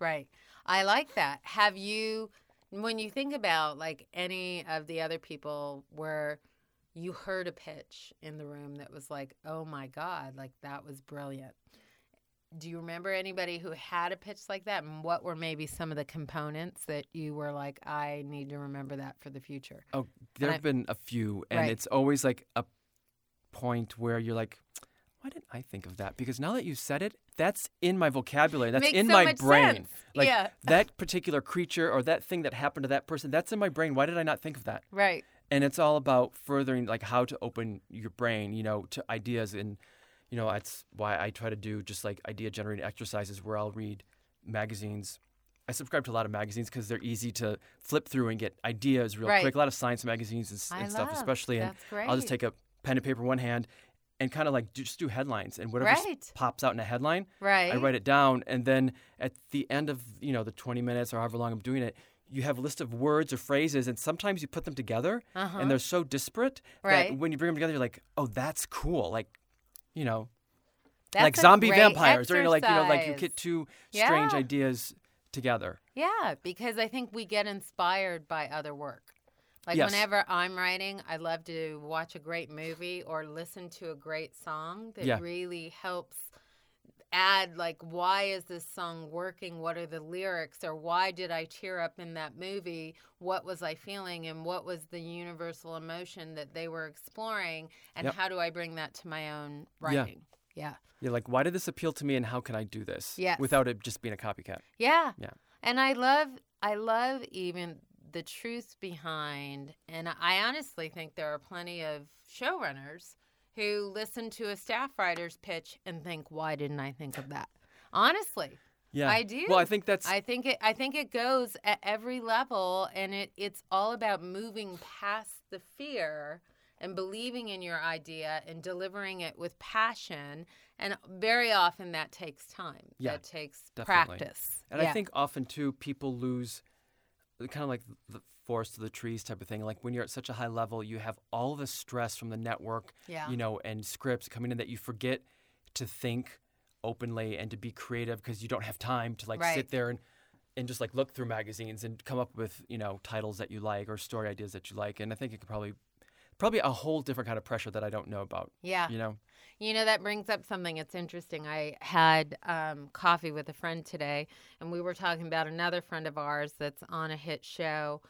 Speaker 1: Right. I like that. Have you when you think about like any of the other people where you heard a pitch in the room that was like, "Oh my god, like that was brilliant." Do you remember anybody who had a pitch like that and what were maybe some of the components that you were like, "I need to remember that for the future?"
Speaker 2: Oh, there
Speaker 1: I-
Speaker 2: have been a few, and
Speaker 1: Right.
Speaker 2: it's always like a point where you're like, why didn't I think of that? Because now that you said it, that's in my vocabulary. That's
Speaker 1: Makes
Speaker 2: in
Speaker 1: so
Speaker 2: my
Speaker 1: much
Speaker 2: brain.
Speaker 1: sense.
Speaker 2: Like
Speaker 1: Yeah.
Speaker 2: that particular creature or that thing that happened to that person, that's in my brain. Why did I not think of that?
Speaker 1: Right.
Speaker 2: And it's all about furthering like how to open your brain, you know, to ideas and you know, that's why I try to do just like idea generating exercises where I'll read magazines. I subscribe to a lot of magazines because they're easy to flip through and get ideas real
Speaker 1: Right.
Speaker 2: quick. A lot of science magazines and, s-
Speaker 1: I
Speaker 2: and stuff,
Speaker 1: love.
Speaker 2: especially. And
Speaker 1: That's great.
Speaker 2: I'll just take a pen and paper in one hand and kind of like do, just do headlines and whatever s-
Speaker 1: Right.
Speaker 2: pops out in a headline,
Speaker 1: Right.
Speaker 2: I write it down, and then at the end of you know the 20 minutes or however long I'm doing it, you have a list of words or phrases, and sometimes you put them together,
Speaker 1: Uh-huh.
Speaker 2: and they're so disparate
Speaker 1: Right.
Speaker 2: that when you bring them together, you're like, oh, that's cool, like, you know,
Speaker 1: That's
Speaker 2: like
Speaker 1: a
Speaker 2: zombie
Speaker 1: great
Speaker 2: vampires, or you know, like you know, like you
Speaker 1: exercise.
Speaker 2: get two strange
Speaker 1: Yeah.
Speaker 2: ideas together.
Speaker 1: Yeah, because I think we get inspired by other work. Like
Speaker 2: Yes.
Speaker 1: whenever I'm writing, I love to watch a great movie or listen to a great song that
Speaker 2: Yeah.
Speaker 1: really helps add like why is this song working? What are the lyrics or why did I tear up in that movie? What was I feeling and what was the universal emotion that they were exploring and
Speaker 2: Yep.
Speaker 1: how do I bring that to my own
Speaker 2: Yeah.
Speaker 1: writing? Yeah.
Speaker 2: You're like, why did this appeal to me, and how can I do this
Speaker 1: Yes.
Speaker 2: without it just being a copycat?
Speaker 1: Yeah.
Speaker 2: Yeah.
Speaker 1: And I love I love even the truth behind and I honestly think there are plenty of showrunners who listen to a staff writer's pitch and think, why didn't I think of that? Honestly.
Speaker 2: Yeah,
Speaker 1: I do.
Speaker 2: Well, I think that's
Speaker 1: I think it I think it goes at every level and it, it's all about moving past the fear and believing in your idea and delivering it with passion and very often that takes time.
Speaker 2: Yeah,
Speaker 1: that takes
Speaker 2: definitely.
Speaker 1: practice.
Speaker 2: And
Speaker 1: Yeah.
Speaker 2: I think often too, people lose kind of like the forest to the trees type of thing. Like when you're at such a high level, you have all the stress from the network,
Speaker 1: Yeah.
Speaker 2: you know, and scripts coming in that you forget to think openly and to be creative because you don't have time to like
Speaker 1: Right.
Speaker 2: sit there and and just like look through magazines and come up with you know titles that you like or story ideas that you like. And I think it could probably probably a whole different kind of pressure that I don't know about.
Speaker 1: Yeah.
Speaker 2: You know.
Speaker 1: You know, that brings up something. It's interesting. I had um, coffee with a friend today, and we were talking about another friend of ours that's on a hit show,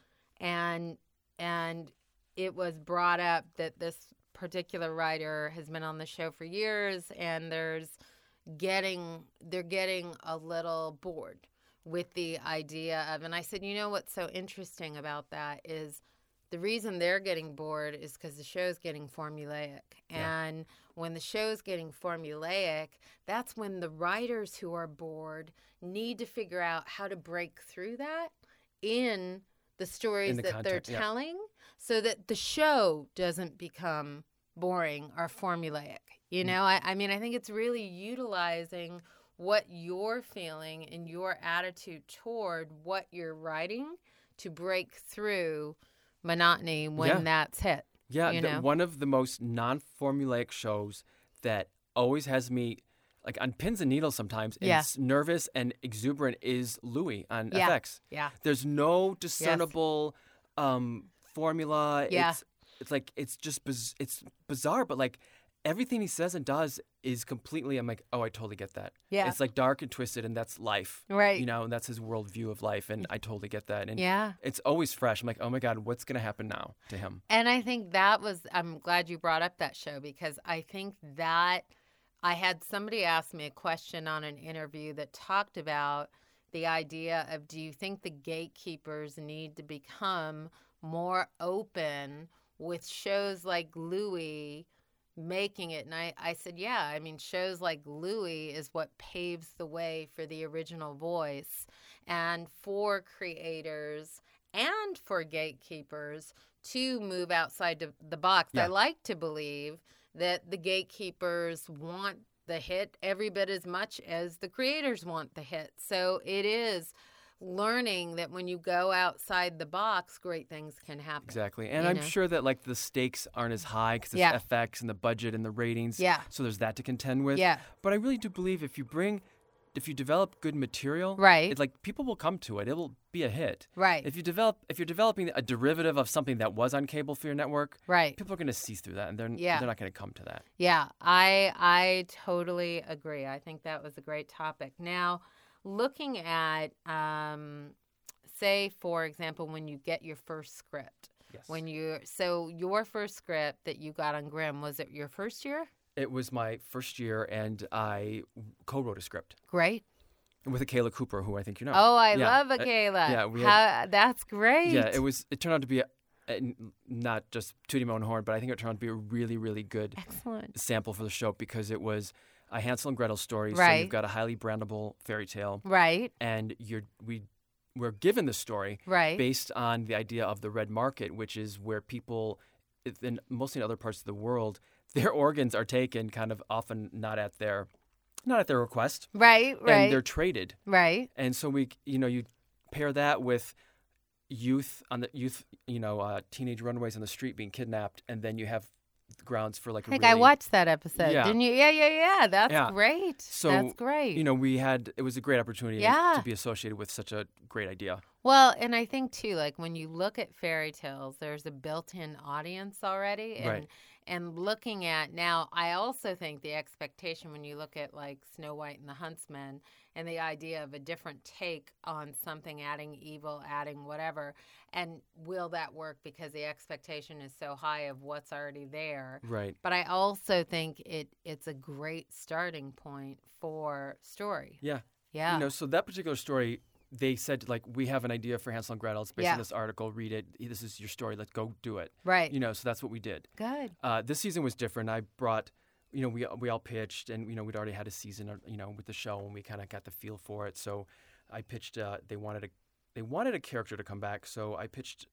Speaker 1: and and it was brought up that this particular writer has been on the show for years, and there's getting they're getting a little bored with the idea of and I said, "You know what's so interesting about that is the reason they're getting bored is cuz the show's getting formulaic."
Speaker 2: Yeah.
Speaker 1: And when the show's getting formulaic, that's when the writers who are bored need to figure out how to break through that in the stories
Speaker 2: the
Speaker 1: that they're
Speaker 2: content, yeah.
Speaker 1: telling so that the show doesn't become boring or formulaic.
Speaker 2: Mm.
Speaker 1: You know, I, I mean, I think it's really utilizing what you're feeling and your attitude toward what you're writing to break through monotony when
Speaker 2: Yeah.
Speaker 1: that's hit.
Speaker 2: Yeah,
Speaker 1: you
Speaker 2: the-
Speaker 1: know?
Speaker 2: one of the most non-formulaic shows that always has me like on pins and needles sometimes and
Speaker 1: Yeah.
Speaker 2: s- nervous and exuberant is Louis on
Speaker 1: Yeah.
Speaker 2: FX.
Speaker 1: Yeah.
Speaker 2: There's no discernible um formula.
Speaker 1: Yeah.
Speaker 2: It's it's like it's just biz- it's bizarre but like everything he says and does is completely I'm like, "Oh, I totally get that."
Speaker 1: Yeah.
Speaker 2: It's like dark and twisted and that's life.
Speaker 1: Right.
Speaker 2: You know, and that's his worldview of life and I totally get that. And
Speaker 1: Yeah.
Speaker 2: it's always fresh. I'm like, "Oh my god, what's going to happen now to him?"
Speaker 1: And I think that was, I'm glad you brought up that show because I think that I had somebody ask me a question on an interview that talked about the idea of do you think the gatekeepers need to become more open with shows like Louis making it? And I, I said, yeah, I mean, shows like Louis is what paves the way for the original voice and for creators and for gatekeepers to move outside of the box. I
Speaker 2: Yeah.
Speaker 1: like to believe that the gatekeepers want the hit every bit as much as the creators want the hit. So it is learning that when you go outside the box, great things can happen.
Speaker 2: Exactly. And
Speaker 1: you
Speaker 2: I'm
Speaker 1: know?
Speaker 2: sure that like the stakes aren't as high because it's
Speaker 1: Yeah.
Speaker 2: FX and the budget and the ratings.
Speaker 1: Yeah.
Speaker 2: So there's that to contend with.
Speaker 1: Yeah.
Speaker 2: But I really do believe if you bring, if you develop good material,
Speaker 1: Right.
Speaker 2: It, like people will come to it. It will be a hit.
Speaker 1: Right.
Speaker 2: If you develop, if you're developing a derivative of something that was on cable for your network,
Speaker 1: Right.
Speaker 2: People are going to see through that, and they're
Speaker 1: Yeah.
Speaker 2: they're not going to come to that.
Speaker 1: Yeah, I I totally agree. I think that was a great topic. Now, looking at um, say for example, when you get your first script,
Speaker 2: Yes.
Speaker 1: when you so your first script that you got on Grimm was it your first year?
Speaker 2: it was my first year, and I co-wrote a script
Speaker 1: Great.
Speaker 2: with Akela Cooper, who I think you know.
Speaker 1: Oh, I
Speaker 2: Yeah.
Speaker 1: love
Speaker 2: Uh,
Speaker 1: Akela.
Speaker 2: yeah, we
Speaker 1: How, that's great.
Speaker 2: Yeah, it was. It turned out to be a, a- n- not just tooting my own horn, but I think it turned out to be a really, really good
Speaker 1: excellent.
Speaker 2: sample for the show because it was a Hansel and Gretel story. So
Speaker 1: Right.
Speaker 2: you've got a highly brandable fairy tale,
Speaker 1: Right,
Speaker 2: and you're we we're given the story
Speaker 1: right,
Speaker 2: based on the idea of the red market, which is where people, if- in mostly in other parts of the world, their organs are taken, kind of often not at their not at their request,
Speaker 1: right,
Speaker 2: and they're
Speaker 1: right,
Speaker 2: traded.
Speaker 1: right,
Speaker 2: And so we, you know, you pair that with youth on the youth, you know, uh, teenage runaways on the street being kidnapped, and then you have grounds for like.
Speaker 1: I think
Speaker 2: a really,
Speaker 1: I watched that episode,
Speaker 2: Yeah.
Speaker 1: didn't you? Yeah, yeah, yeah. That's
Speaker 2: Yeah.
Speaker 1: great.
Speaker 2: So,
Speaker 1: that's great.
Speaker 2: You know, we had it was a great opportunity
Speaker 1: Yeah.
Speaker 2: to be associated with such a great idea.
Speaker 1: Well, and I think too, like when you look at fairy tales, there's a built-in audience already, and
Speaker 2: Right.
Speaker 1: and looking at now, I also think the expectation when you look at like Snow White and the Huntsman, and the idea of a different take on something, adding evil, adding whatever, and will that work because the expectation is so high of what's already there.
Speaker 2: Right.
Speaker 1: But I also think it it's a great starting point for story.
Speaker 2: Yeah.
Speaker 1: Yeah,
Speaker 2: You know, so that particular story, they said like, we have an idea for Hansel and Gretel. It's based
Speaker 1: Yeah.
Speaker 2: on this article. Read it. This is your story. Let's go do it.
Speaker 1: right.
Speaker 2: You know, so that's what we did.
Speaker 1: Good.
Speaker 2: Uh, this season was different. I brought, you know, we we all pitched, and you know, we'd already had a season, uh, you know, with the show, and we kind of got the feel for it. So, I pitched. Uh, they wanted a they wanted a character to come back, so I pitched,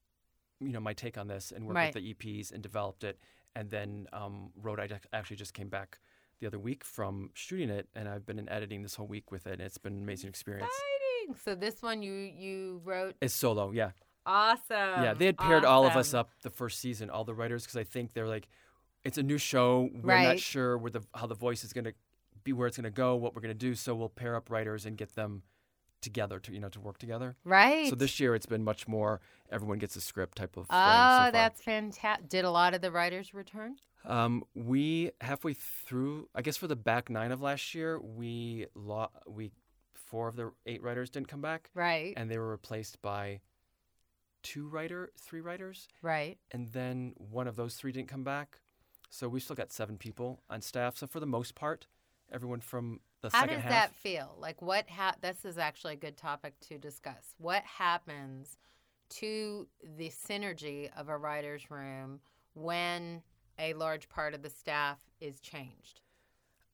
Speaker 2: you know, my take on this and worked
Speaker 1: Right.
Speaker 2: with the EPs and developed it, and then um, wrote. I ac- actually just came back the other week from shooting it, and I've been in editing this whole week with it. and It's been an amazing experience.
Speaker 1: Exciting. So this one you you wrote
Speaker 2: It's solo, yeah.
Speaker 1: awesome.
Speaker 2: Yeah, they had paired all of us
Speaker 1: Um, awesome.
Speaker 2: up the first season, all the writers, because I think they're like, it's a new show. We're
Speaker 1: Right.
Speaker 2: not sure where the how the voice is gonna be, where it's gonna go, what we're gonna do. So we'll pair up writers and get them together to you know to work together.
Speaker 1: Right.
Speaker 2: So this year it's been much more everyone gets a script type of. thing so
Speaker 1: Oh,
Speaker 2: far.
Speaker 1: that's fantastic. Did a lot of the writers return?
Speaker 2: Um, we halfway through, I guess for the back nine of last year, we lo- we four of the eight writers didn't come back,
Speaker 1: Right.
Speaker 2: and they were replaced by two writer, three writers.
Speaker 1: right.
Speaker 2: and then one of those three didn't come back. So we still got seven people on staff. So for the most part, everyone from the
Speaker 1: How
Speaker 2: second
Speaker 1: does
Speaker 2: half.
Speaker 1: that feel? Like what ha- this is actually a good topic to discuss. What happens to the synergy of a writer's room when a large part of the staff is changed?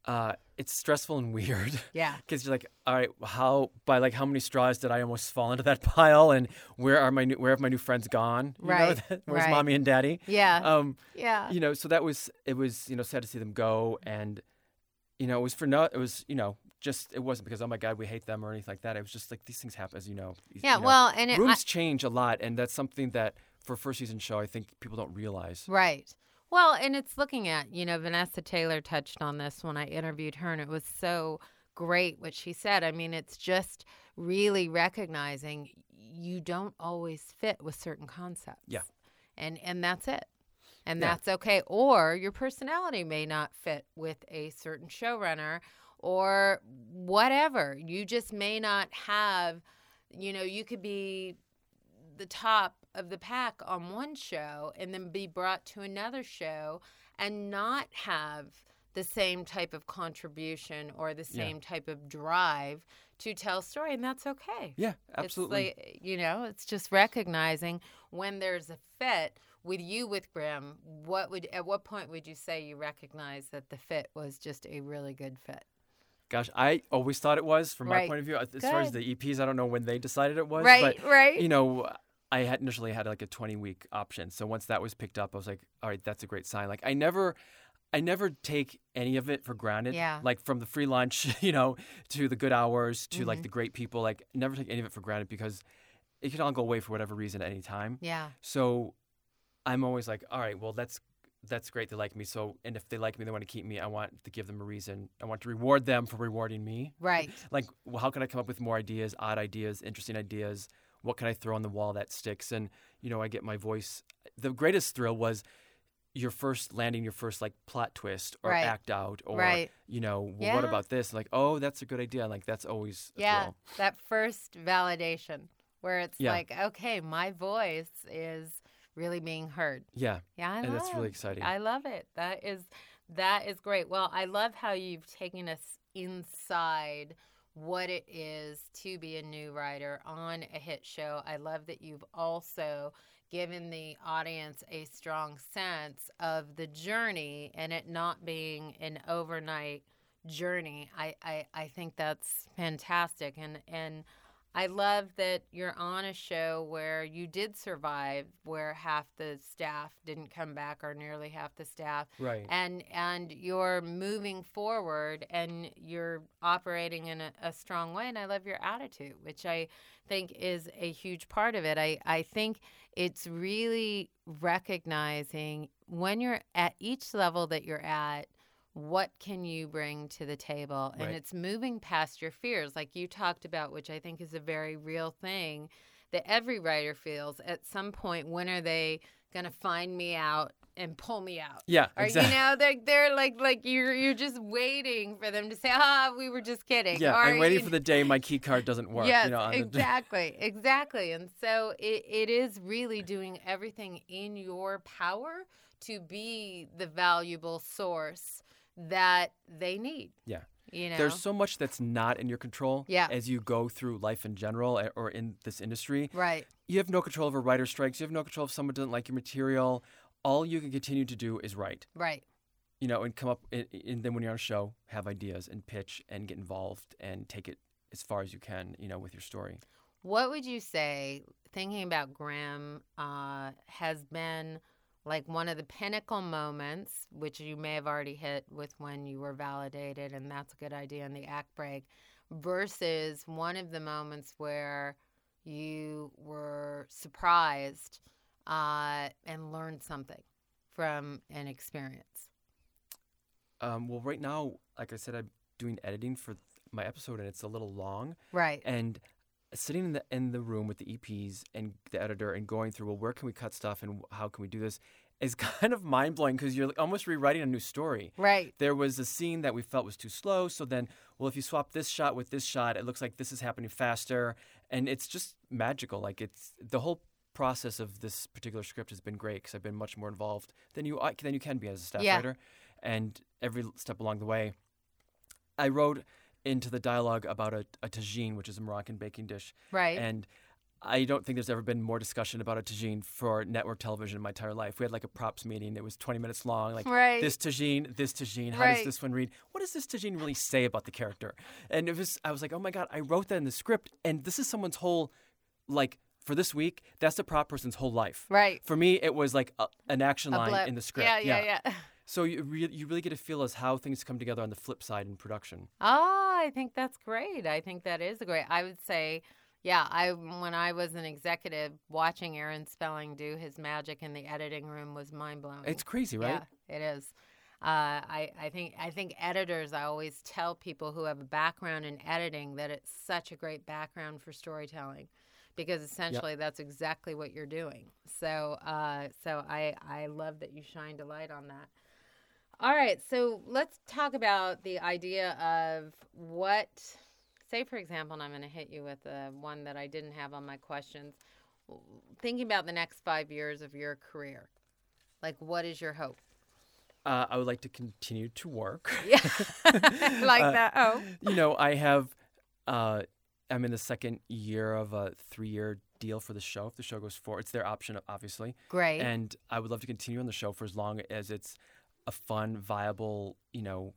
Speaker 2: uh, it's stressful and weird
Speaker 1: Yeah.
Speaker 2: because you're like, all right, how by like how many straws did I almost fall into that pile, and where are my new, where have my new friends gone? You know,
Speaker 1: Right,
Speaker 2: where's
Speaker 1: right. Uh,
Speaker 2: mommy and daddy?
Speaker 1: Yeah.
Speaker 2: Um,
Speaker 1: yeah.
Speaker 2: you know, so that was it was you know sad to see them go, and you know it was for no, it was you know just it wasn't because oh my god we hate them or anything like that. It was just like these things happen as you know. you
Speaker 1: yeah.
Speaker 2: know.
Speaker 1: well, and it, I-
Speaker 2: rooms change a lot, and that's something that for first season show, I think people don't realize.
Speaker 1: Right. Well, and it's looking at, you know, Vanessa Taylor touched on this when I interviewed her, and it was so great what she said. I mean, it's just really recognizing you don't always fit with certain concepts.
Speaker 2: Yeah.
Speaker 1: And and that's it. And
Speaker 2: Yeah.
Speaker 1: that's okay. Or your personality may not fit with a certain showrunner or whatever. You just may not have, you know, you could be the top of the pack on one show and then be brought to another show and not have the same type of contribution or the
Speaker 2: Yeah.
Speaker 1: same type of drive to tell a story and that's okay
Speaker 2: Yeah, absolutely.
Speaker 1: it's like you know it's just recognizing when there's a fit with you with grim what would at what point would you say you recognize that the fit was just a really good fit
Speaker 2: Gosh, I always thought it was from
Speaker 1: Right.
Speaker 2: my point of view. uh, As far as
Speaker 1: Good.
Speaker 2: the EPs, I don't know when they decided it was,
Speaker 1: right
Speaker 2: but
Speaker 1: right
Speaker 2: you know, I had initially had like a 20 week option. So once that was picked up, I was like, all right, that's a great sign. Like I never, I never take any of it for granted.
Speaker 1: Yeah.
Speaker 2: Like from the free lunch, you know, to the good hours, to
Speaker 1: Mhm.
Speaker 2: like the great people. Like never take any of it for granted because it can all go away for whatever reason at any time.
Speaker 1: Yeah.
Speaker 2: So I'm always like, all right, well that's that's great. They like me. So and if they like me, they want to keep me. I want to give them a reason. I want to reward them for rewarding me.
Speaker 1: Right.
Speaker 2: Like, well, how can I come up with more ideas, odd ideas, interesting ideas? What can I throw on the wall that sticks? And you know, I get my voice. The greatest thrill was your first landing, your first like plot twist or
Speaker 1: Right.
Speaker 2: act out, or
Speaker 1: Right.
Speaker 2: you know, well,
Speaker 1: Yeah.
Speaker 2: what about this? Like, oh, that's a good idea. Like, that's always a
Speaker 1: Yeah.
Speaker 2: thrill.
Speaker 1: That first validation where it's
Speaker 2: Yeah.
Speaker 1: like, okay, my voice is really being heard.
Speaker 2: Yeah,
Speaker 1: Yeah, I
Speaker 2: and that's really
Speaker 1: love-
Speaker 2: exciting.
Speaker 1: I love it. That is that is great. Well, I love how you've taken us inside what it is to be a new writer on a hit show. I love that you've also given the audience a strong sense of the journey and it not being an overnight journey. I, I, I think that's fantastic and and I love that you're on a show where you did survive, where half the staff didn't come back, or nearly half the staff,
Speaker 2: right.
Speaker 1: and and you're moving forward and you're operating in a, a strong way. And I love your attitude, which I think is a huge part of it. I I think it's really recognizing when you're at each level that you're at what can you bring to the table and
Speaker 2: Right.
Speaker 1: it's moving past your fears like you talked about which i think is a very real thing that every writer feels at some point when are they going to find me out and pull me out
Speaker 2: yeah,
Speaker 1: or
Speaker 2: exactly.
Speaker 1: you know they're, they're like like you're you're just waiting for them to say ah we were just kidding
Speaker 2: yeah,
Speaker 1: or,
Speaker 2: I'm waiting
Speaker 1: you
Speaker 2: for the day my key card doesn't work.
Speaker 1: Yes,
Speaker 2: you know, on the-
Speaker 1: exactly, exactly. And so it, it is really doing everything in your power to be the valuable source that they need.
Speaker 2: Yeah.
Speaker 1: You know,
Speaker 2: There's so much that's not in your control
Speaker 1: Yeah.
Speaker 2: as you go through life in general eh, or in this industry.
Speaker 1: right,
Speaker 2: You have no control over writer strikes. You have no control if someone doesn't like your material. All you can continue to do is write,
Speaker 1: right,
Speaker 2: you know, and come up. And, and then when you're on a show, have ideas and pitch and get involved and take it as far as you can, you know, with your story.
Speaker 1: What would you say, thinking about Graham, uh, has been like one of the pinnacle moments, which you may have already hit with when you were validated, and that's a good idea in the act break, versus one of the moments where you were surprised uh, and learned something from an experience?
Speaker 2: Um, well, right now, like I said, I'm doing editing for th- my episode and it's a little long.
Speaker 1: Right.
Speaker 2: and sitting in the in the room with the EPs and the editor and going through well where can we cut stuff and how can we do this is kind of mind blowing because you're almost rewriting a new story.
Speaker 1: Right.
Speaker 2: There was a scene that we felt was too slow, so then well if you swap this shot with this shot, it looks like this is happening faster, and it's just magical. Like it's the whole process of this particular script has been great because I've been much more involved than you uh, than you can be as a staff
Speaker 1: Yeah.
Speaker 2: writer, and every step along the way. I wrote into the dialogue about a, a tagine, which is a Moroccan baking dish.
Speaker 1: Right.
Speaker 2: And I don't think there's ever been more discussion about a tagine for network television in my entire life. We had like a props meeting. It was 20 minutes long. Like
Speaker 1: Right.
Speaker 2: this tagine, this tagine. How
Speaker 1: Right.
Speaker 2: does this one read? What does this tagine really say about the character? And it was, I was like, oh my god, I wrote that in the script, and this is someone's whole, like for this week, that's the prop person's whole life.
Speaker 1: right.
Speaker 2: For me, it was like a, an action
Speaker 1: A
Speaker 2: line
Speaker 1: blip.
Speaker 2: in the script.
Speaker 1: Yeah, yeah, yeah.
Speaker 2: So you, re- you really get a feel as how things come together on the flip side in production.
Speaker 1: Oh, I think that's great. I think that is great. I would say, yeah, I when I was an executive, watching Aaron Spelling do his magic in the editing room was mind blowing.
Speaker 2: It's crazy, right?
Speaker 1: Yeah, it is. Uh, I, I think I think editors. I always tell people who have a background in editing that it's such a great background for storytelling, because essentially that's exactly what you're doing. So uh, so I I love that you shined a light on that. All right, so let's talk about the idea of what. Say for example, and I'm going to hit you with uh one that I didn't have on my questions. Thinking about the next five years of your career, like what is your hope?
Speaker 2: Uh, I would like to continue to work.
Speaker 1: Yeah, like
Speaker 2: Uh,
Speaker 1: that. Oh,
Speaker 2: you know, I have, uh, I'm in the second year of a three year deal for the show. If the show goes forward, it's their option, obviously.
Speaker 1: great.
Speaker 2: And I would love to continue on the show for as long as it's a fun, viable, you know,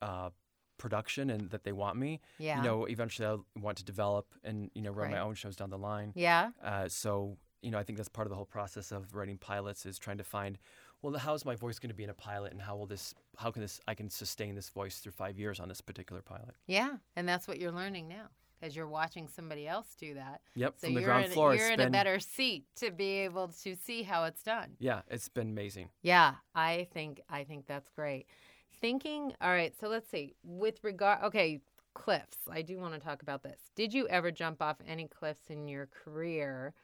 Speaker 2: uh, production and that they want me.
Speaker 1: yeah,
Speaker 2: You know, eventually I'll want to develop and, you know, run my
Speaker 1: Right.
Speaker 2: own shows down the line.
Speaker 1: yeah,
Speaker 2: Uh, so you know, I think that's part of the whole process of writing pilots is trying to find, well, how is my voice going to be in a pilot, and how will this, how can this, I can sustain this voice through five years on this particular pilot.
Speaker 1: Yeah, and that's what you're learning now because you're watching somebody else do that.
Speaker 2: Yep,
Speaker 1: So
Speaker 2: from the
Speaker 1: you're
Speaker 2: ground
Speaker 1: in,
Speaker 2: floor,
Speaker 1: you're
Speaker 2: it's
Speaker 1: in a
Speaker 2: been-
Speaker 1: better seat to be able to see how it's done.
Speaker 2: Yeah, it's been amazing.
Speaker 1: Yeah, I think I think that's great. Thinking, all right, so let's see. With regard okay, cliffs. I do want to talk about this. Did you ever jump off any cliffs in your career?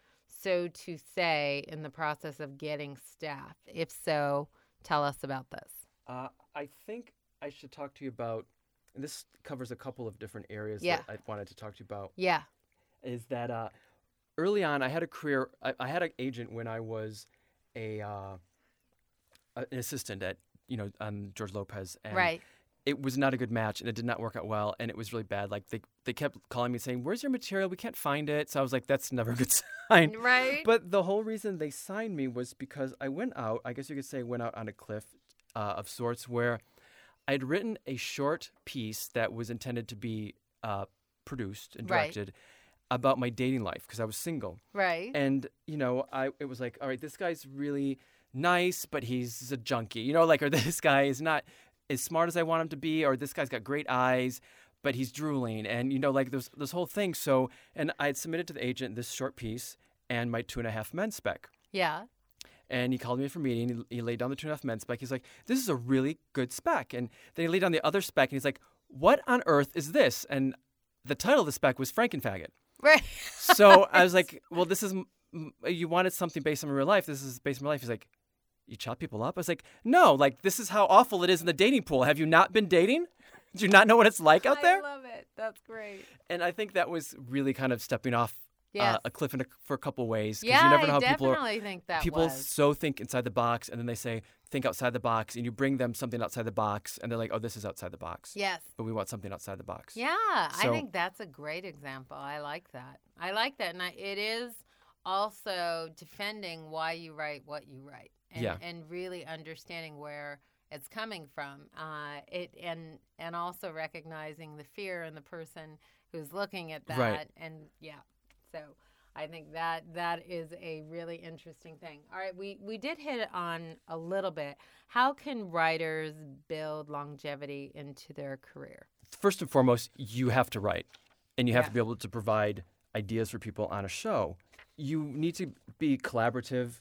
Speaker 1: So to say, in the process of getting staff. If so, tell us about this.
Speaker 2: Uh, I think I should talk to you about. And this covers a couple of different areas
Speaker 1: Yeah.
Speaker 2: that I wanted to talk to you about.
Speaker 1: Yeah.
Speaker 2: Is that uh, early on I had a career. I, I had an agent when I was a uh, a- an assistant at you know on George Lopez. And
Speaker 1: right.
Speaker 2: It was not a good match, and it did not work out well, and it was really bad. Like they they kept calling me saying, "Where's your material? We can't find it." So I was like, "That's never a good sign."
Speaker 1: Right.
Speaker 2: But the whole reason they signed me was because I went out, I guess you could say, went out on a cliff uh, of sorts where I'd written a short piece that was intended to be uh, produced and
Speaker 1: Right.
Speaker 2: directed about my dating life because I was single.
Speaker 1: right.
Speaker 2: And, you know, I it was like, all right, this guy's really nice, but he's a junkie. You know, like, or this guy is not as smart as I want him to be, or this guy's got great eyes, but he's drooling. And, you know, like this, this whole thing. So, and I had submitted to the agent this short piece and my two and a half men spec.
Speaker 1: yeah.
Speaker 2: And he called me in for a meeting. He, he laid down the two and a half men spec. He's like, this is a really good spec. And then he laid down the other spec and he's like, what on earth is this? And the title of the spec was Frankenfaggot.
Speaker 1: Right.
Speaker 2: So I was like, well, this is, m- m- you wanted something based on real life. This is based on real life. He's like, you chop people up? I was like, no, like, this is how awful it is in the dating pool. Have you not been dating? Do you not know what it's like out there? Uh,
Speaker 1: I love it. That's great.
Speaker 2: and I think that was really kind of stepping off
Speaker 1: Yes.
Speaker 2: uh, a cliff in a, for a couple ways. 'cause
Speaker 1: yeah,
Speaker 2: you never know
Speaker 1: I
Speaker 2: how people are.
Speaker 1: definitely think that
Speaker 2: People
Speaker 1: was.
Speaker 2: so think inside the box and then they say, think outside the box. And you bring them something outside the box and they're like, oh, this is outside the box.
Speaker 1: Yes.
Speaker 2: But we want something outside the box.
Speaker 1: Yeah, I
Speaker 2: So-
Speaker 1: think that's a great example. I like that. I like that, and I, it is also defending why you write what you write, and,
Speaker 2: Yeah.
Speaker 1: and really understanding where it's coming from. Uh, it and and also recognizing the fear in the person who's looking at that,
Speaker 2: Right.
Speaker 1: and yeah, so. I think that that is a really interesting thing. All right, we we did hit it on a little bit. How can writers build longevity into their career?
Speaker 2: first and foremost, you have to write and you have
Speaker 1: Yeah.
Speaker 2: to be able to provide ideas for people on a show. You need to be collaborative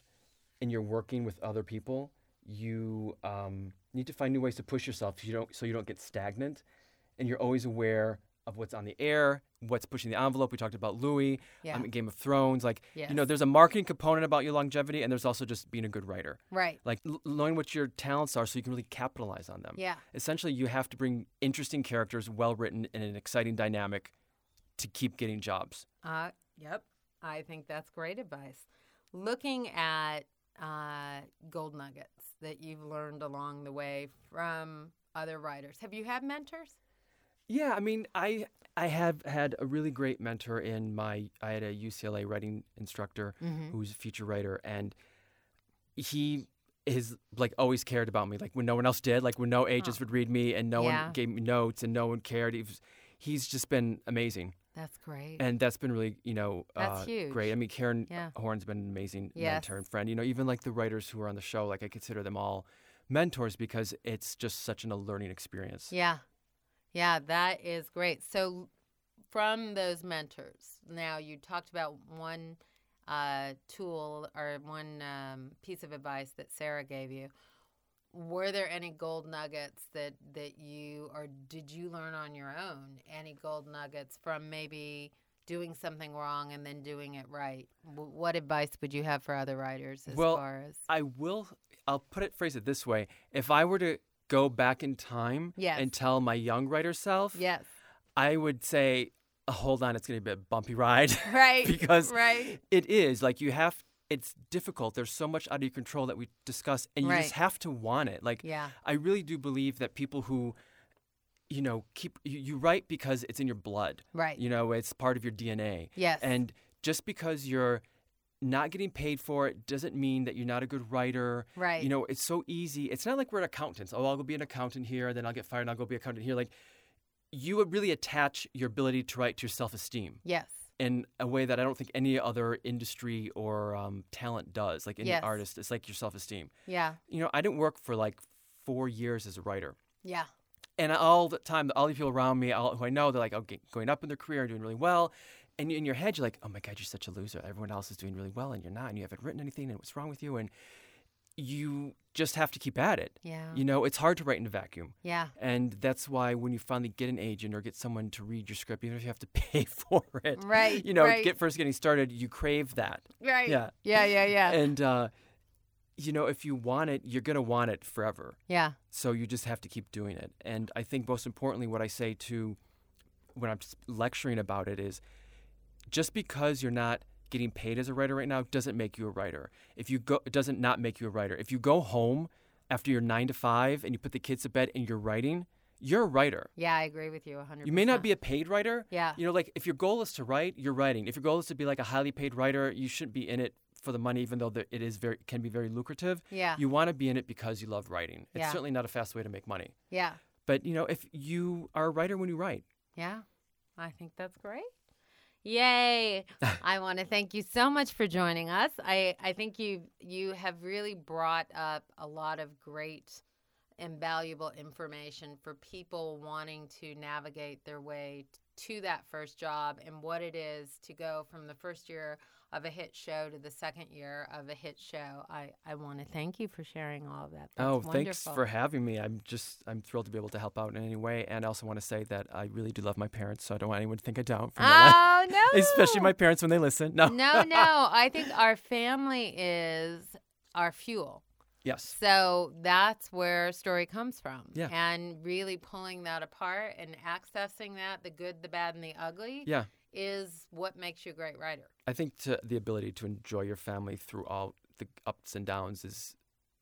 Speaker 2: and you're working with other people. You um, need to find new ways to push yourself so you don't, so you don't get stagnant and you're always aware of what's on the air, what's pushing the envelope. We talked about Louis,
Speaker 1: Yeah.
Speaker 2: um, Game of Thrones. Like, you know,
Speaker 1: Yes.
Speaker 2: there's a marketing component about your longevity and there's also just being a good writer.
Speaker 1: Right.
Speaker 2: Like, l- knowing what your talents are so you can really capitalize on them
Speaker 1: Yeah.
Speaker 2: essentially you have to bring interesting characters well written and an exciting dynamic to keep getting jobs
Speaker 1: Uh, yep. I think that's great advice. Looking at uh, gold nuggets that you've learned along the way from other writers, have you had mentors?
Speaker 2: yeah i mean i i have had a really great mentor in my i had a ucla writing instructor
Speaker 1: Mm-hmm.
Speaker 2: who's a feature writer and he is like always cared about me like when no one else did like when no agents would read me and no
Speaker 1: Yeah.
Speaker 2: one gave me notes and no one cared he was, he's just been amazing
Speaker 1: That's great.
Speaker 2: and that's been really you know
Speaker 1: That's
Speaker 2: uh,
Speaker 1: huge.
Speaker 2: great i mean karen
Speaker 1: Yeah.
Speaker 2: horn's been an amazing
Speaker 1: Yes.
Speaker 2: mentor and friend you know even like the writers who are on the show like i consider them all mentors because it's just such an a learning experience
Speaker 1: yeah. Yeah, that is great. So, from those mentors, now you talked about one uh, tool or one um, piece of advice that Sarah gave you. Were there any gold nuggets that that you or did you learn on your own any gold nuggets from maybe doing something wrong and then doing it right? W- what advice would you have for other writers as
Speaker 2: Well,
Speaker 1: far as
Speaker 2: i will i'll put it phrase it this way if i were to go back in time
Speaker 1: Yes.
Speaker 2: and tell my young writer self
Speaker 1: yes,
Speaker 2: i would say "Oh, hold on it's going to be a bumpy ride
Speaker 1: right?
Speaker 2: Because
Speaker 1: right,
Speaker 2: it is like you have it's difficult there's so much out of your control that we discuss and you
Speaker 1: Right.
Speaker 2: just have to want it like
Speaker 1: yeah,
Speaker 2: I really do believe that people who, you know, keep you, you write because it's in your blood.
Speaker 1: right,
Speaker 2: You know, it's part of your DNA.
Speaker 1: yes,
Speaker 2: And just because you're not getting paid for it doesn't mean that you're not a good writer.
Speaker 1: right,
Speaker 2: You know, it's so easy. It's not like we're accountants. Oh, I'll go be an accountant here, then I'll get fired, and I'll go be an accountant here. Like, you would really attach your ability to write to your self esteem.
Speaker 1: yes,
Speaker 2: in a way that I don't think any other industry or um, talent does. Like any
Speaker 1: Yes.
Speaker 2: artist, it's like your self esteem.
Speaker 1: Yeah.
Speaker 2: You know, I didn't work for like four years as a writer.
Speaker 1: Yeah.
Speaker 2: And all the time, all the people around me all, who I know, they're like oh, g- going up in their career and doing really well. And in your head, you're like, oh my God, you're such a loser. Everyone else is doing really well and you're not, and you haven't written anything, and what's wrong with you? And you just have to keep at it.
Speaker 1: Yeah.
Speaker 2: You know, it's hard to write in a vacuum.
Speaker 1: yeah.
Speaker 2: And that's why when you finally get an agent or get someone to read your script, even if you have to pay for it,
Speaker 1: Right,
Speaker 2: You know,
Speaker 1: right.
Speaker 2: get first getting started, you crave that.
Speaker 1: Right.
Speaker 2: Yeah.
Speaker 1: Yeah. Yeah. Yeah.
Speaker 2: And uh, you know, if you want it, you're gonna want it forever.
Speaker 1: yeah.
Speaker 2: So you just have to keep doing it. And I think most importantly, what I say to when I'm s- lecturing about it is just because you're not getting paid as a writer right now doesn't make you a writer. If you go, it doesn't not make you a writer. If you go home after your nine to five and you put the kids to bed and you're writing, you're a writer.
Speaker 1: Yeah. I agree with you 100%.
Speaker 2: You may not be a paid writer.
Speaker 1: Yeah.
Speaker 2: You know, like if your goal is to write, you're writing. If your goal is to be like a highly paid writer, you shouldn't be in it for the money, even though the- it is very can be very lucrative.
Speaker 1: Yeah.
Speaker 2: You want to be in it because you love writing. It's
Speaker 1: Yeah.
Speaker 2: certainly not a fast way to make money.
Speaker 1: yeah.
Speaker 2: But you know, if you are a writer when you write,
Speaker 1: Yeah. I think that's great. Yay. I want to thank you so much for joining us. I, I think you you have really brought up a lot of great and valuable information for people wanting to navigate their way to that first job and what it is to go from the first year of a hit show to the second year of a hit show. I, I want to thank you for sharing all of that. That's
Speaker 2: oh,
Speaker 1: wonderful.
Speaker 2: thanks for having me. I'm just I'm thrilled to be able to help out in any way. And I also want to say that I really do love my parents, so I don't want anyone to think I don't. From my life.
Speaker 1: Oh no.
Speaker 2: Especially my parents when they listen. No.
Speaker 1: no, no. I think our family is our fuel.
Speaker 2: Yes.
Speaker 1: So that's where story comes from.
Speaker 2: Yeah.
Speaker 1: And really pulling that apart and accessing that, the good, the bad, and the ugly,
Speaker 2: Yeah.
Speaker 1: is what makes you a great writer.
Speaker 2: I think to, the ability to enjoy your family throughout the ups and downs is,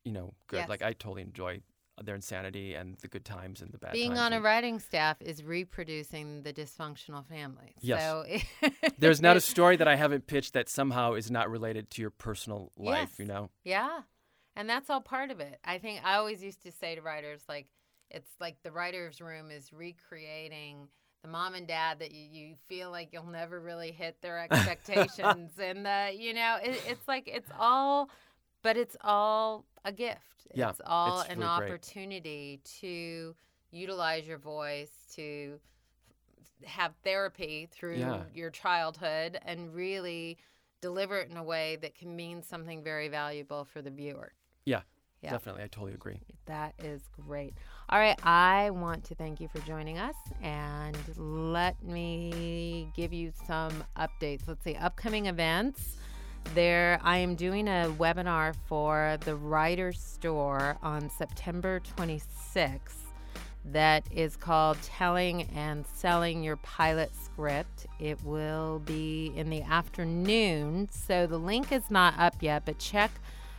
Speaker 2: you know, good.
Speaker 1: Yes.
Speaker 2: Like I totally enjoy their insanity and the good times and the bad.
Speaker 1: Being
Speaker 2: times
Speaker 1: on a
Speaker 2: and-
Speaker 1: writing staff is reproducing the dysfunctional family.
Speaker 2: Yes.
Speaker 1: So
Speaker 2: There's not a story that I haven't pitched that somehow is not related to your personal life.
Speaker 1: Yes.
Speaker 2: You know.
Speaker 1: Yeah. And that's all part of it. I think I always used to say to writers, like, it's like the writer's room is recreating the mom and dad that you, you feel like you'll never really hit their expectations. and the, you know, it, it's like, it's all, but it's all a gift.
Speaker 2: Yeah,
Speaker 1: It's all
Speaker 2: it's
Speaker 1: an
Speaker 2: really great.
Speaker 1: opportunity to utilize your voice, to have therapy through
Speaker 2: Yeah.
Speaker 1: your childhood and really deliver it in a way that can mean something very valuable for the viewer.
Speaker 2: Yeah.
Speaker 1: Yeah.
Speaker 2: Definitely. I totally agree.
Speaker 1: That is great. All right, I want to thank you for joining us and let me give you some updates. Let's see, upcoming events. There, I am doing a webinar for the Writer Store on September 26th that is called Telling and Selling Your Pilot Script. It will be in the afternoon, so the link is not up yet, but check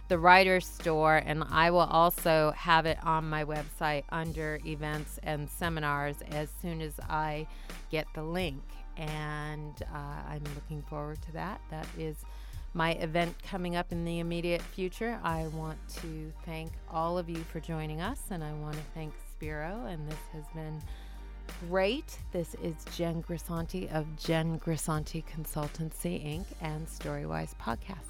Speaker 1: the Writer's Store, and I will also have it on my website under events and seminars as soon as I get the link. And uh, I'm looking forward to that. That is my event coming up in the immediate future. I want to thank all of you for joining us, and I want to thank Spiro. And this has been great. This is Jen Grisanti of Jen Grisanti Consultancy Inc. and Storywise Podcast.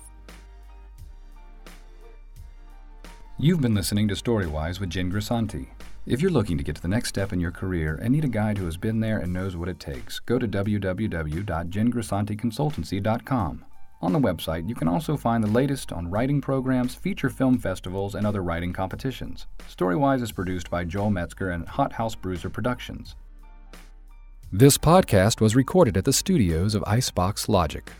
Speaker 3: You've been listening to Storywise with Jen Grisanti. If you're looking to get to the next step in your career and need a guide who has been there and knows what it takes, go to www.jengrisanticonsultancy.com. On the website, you can also find the latest on writing programs, feature film festivals, and other writing competitions. Storywise is produced by Joel Metzger and Hot House Bruiser Productions. This podcast was recorded at the studios of Icebox Logic.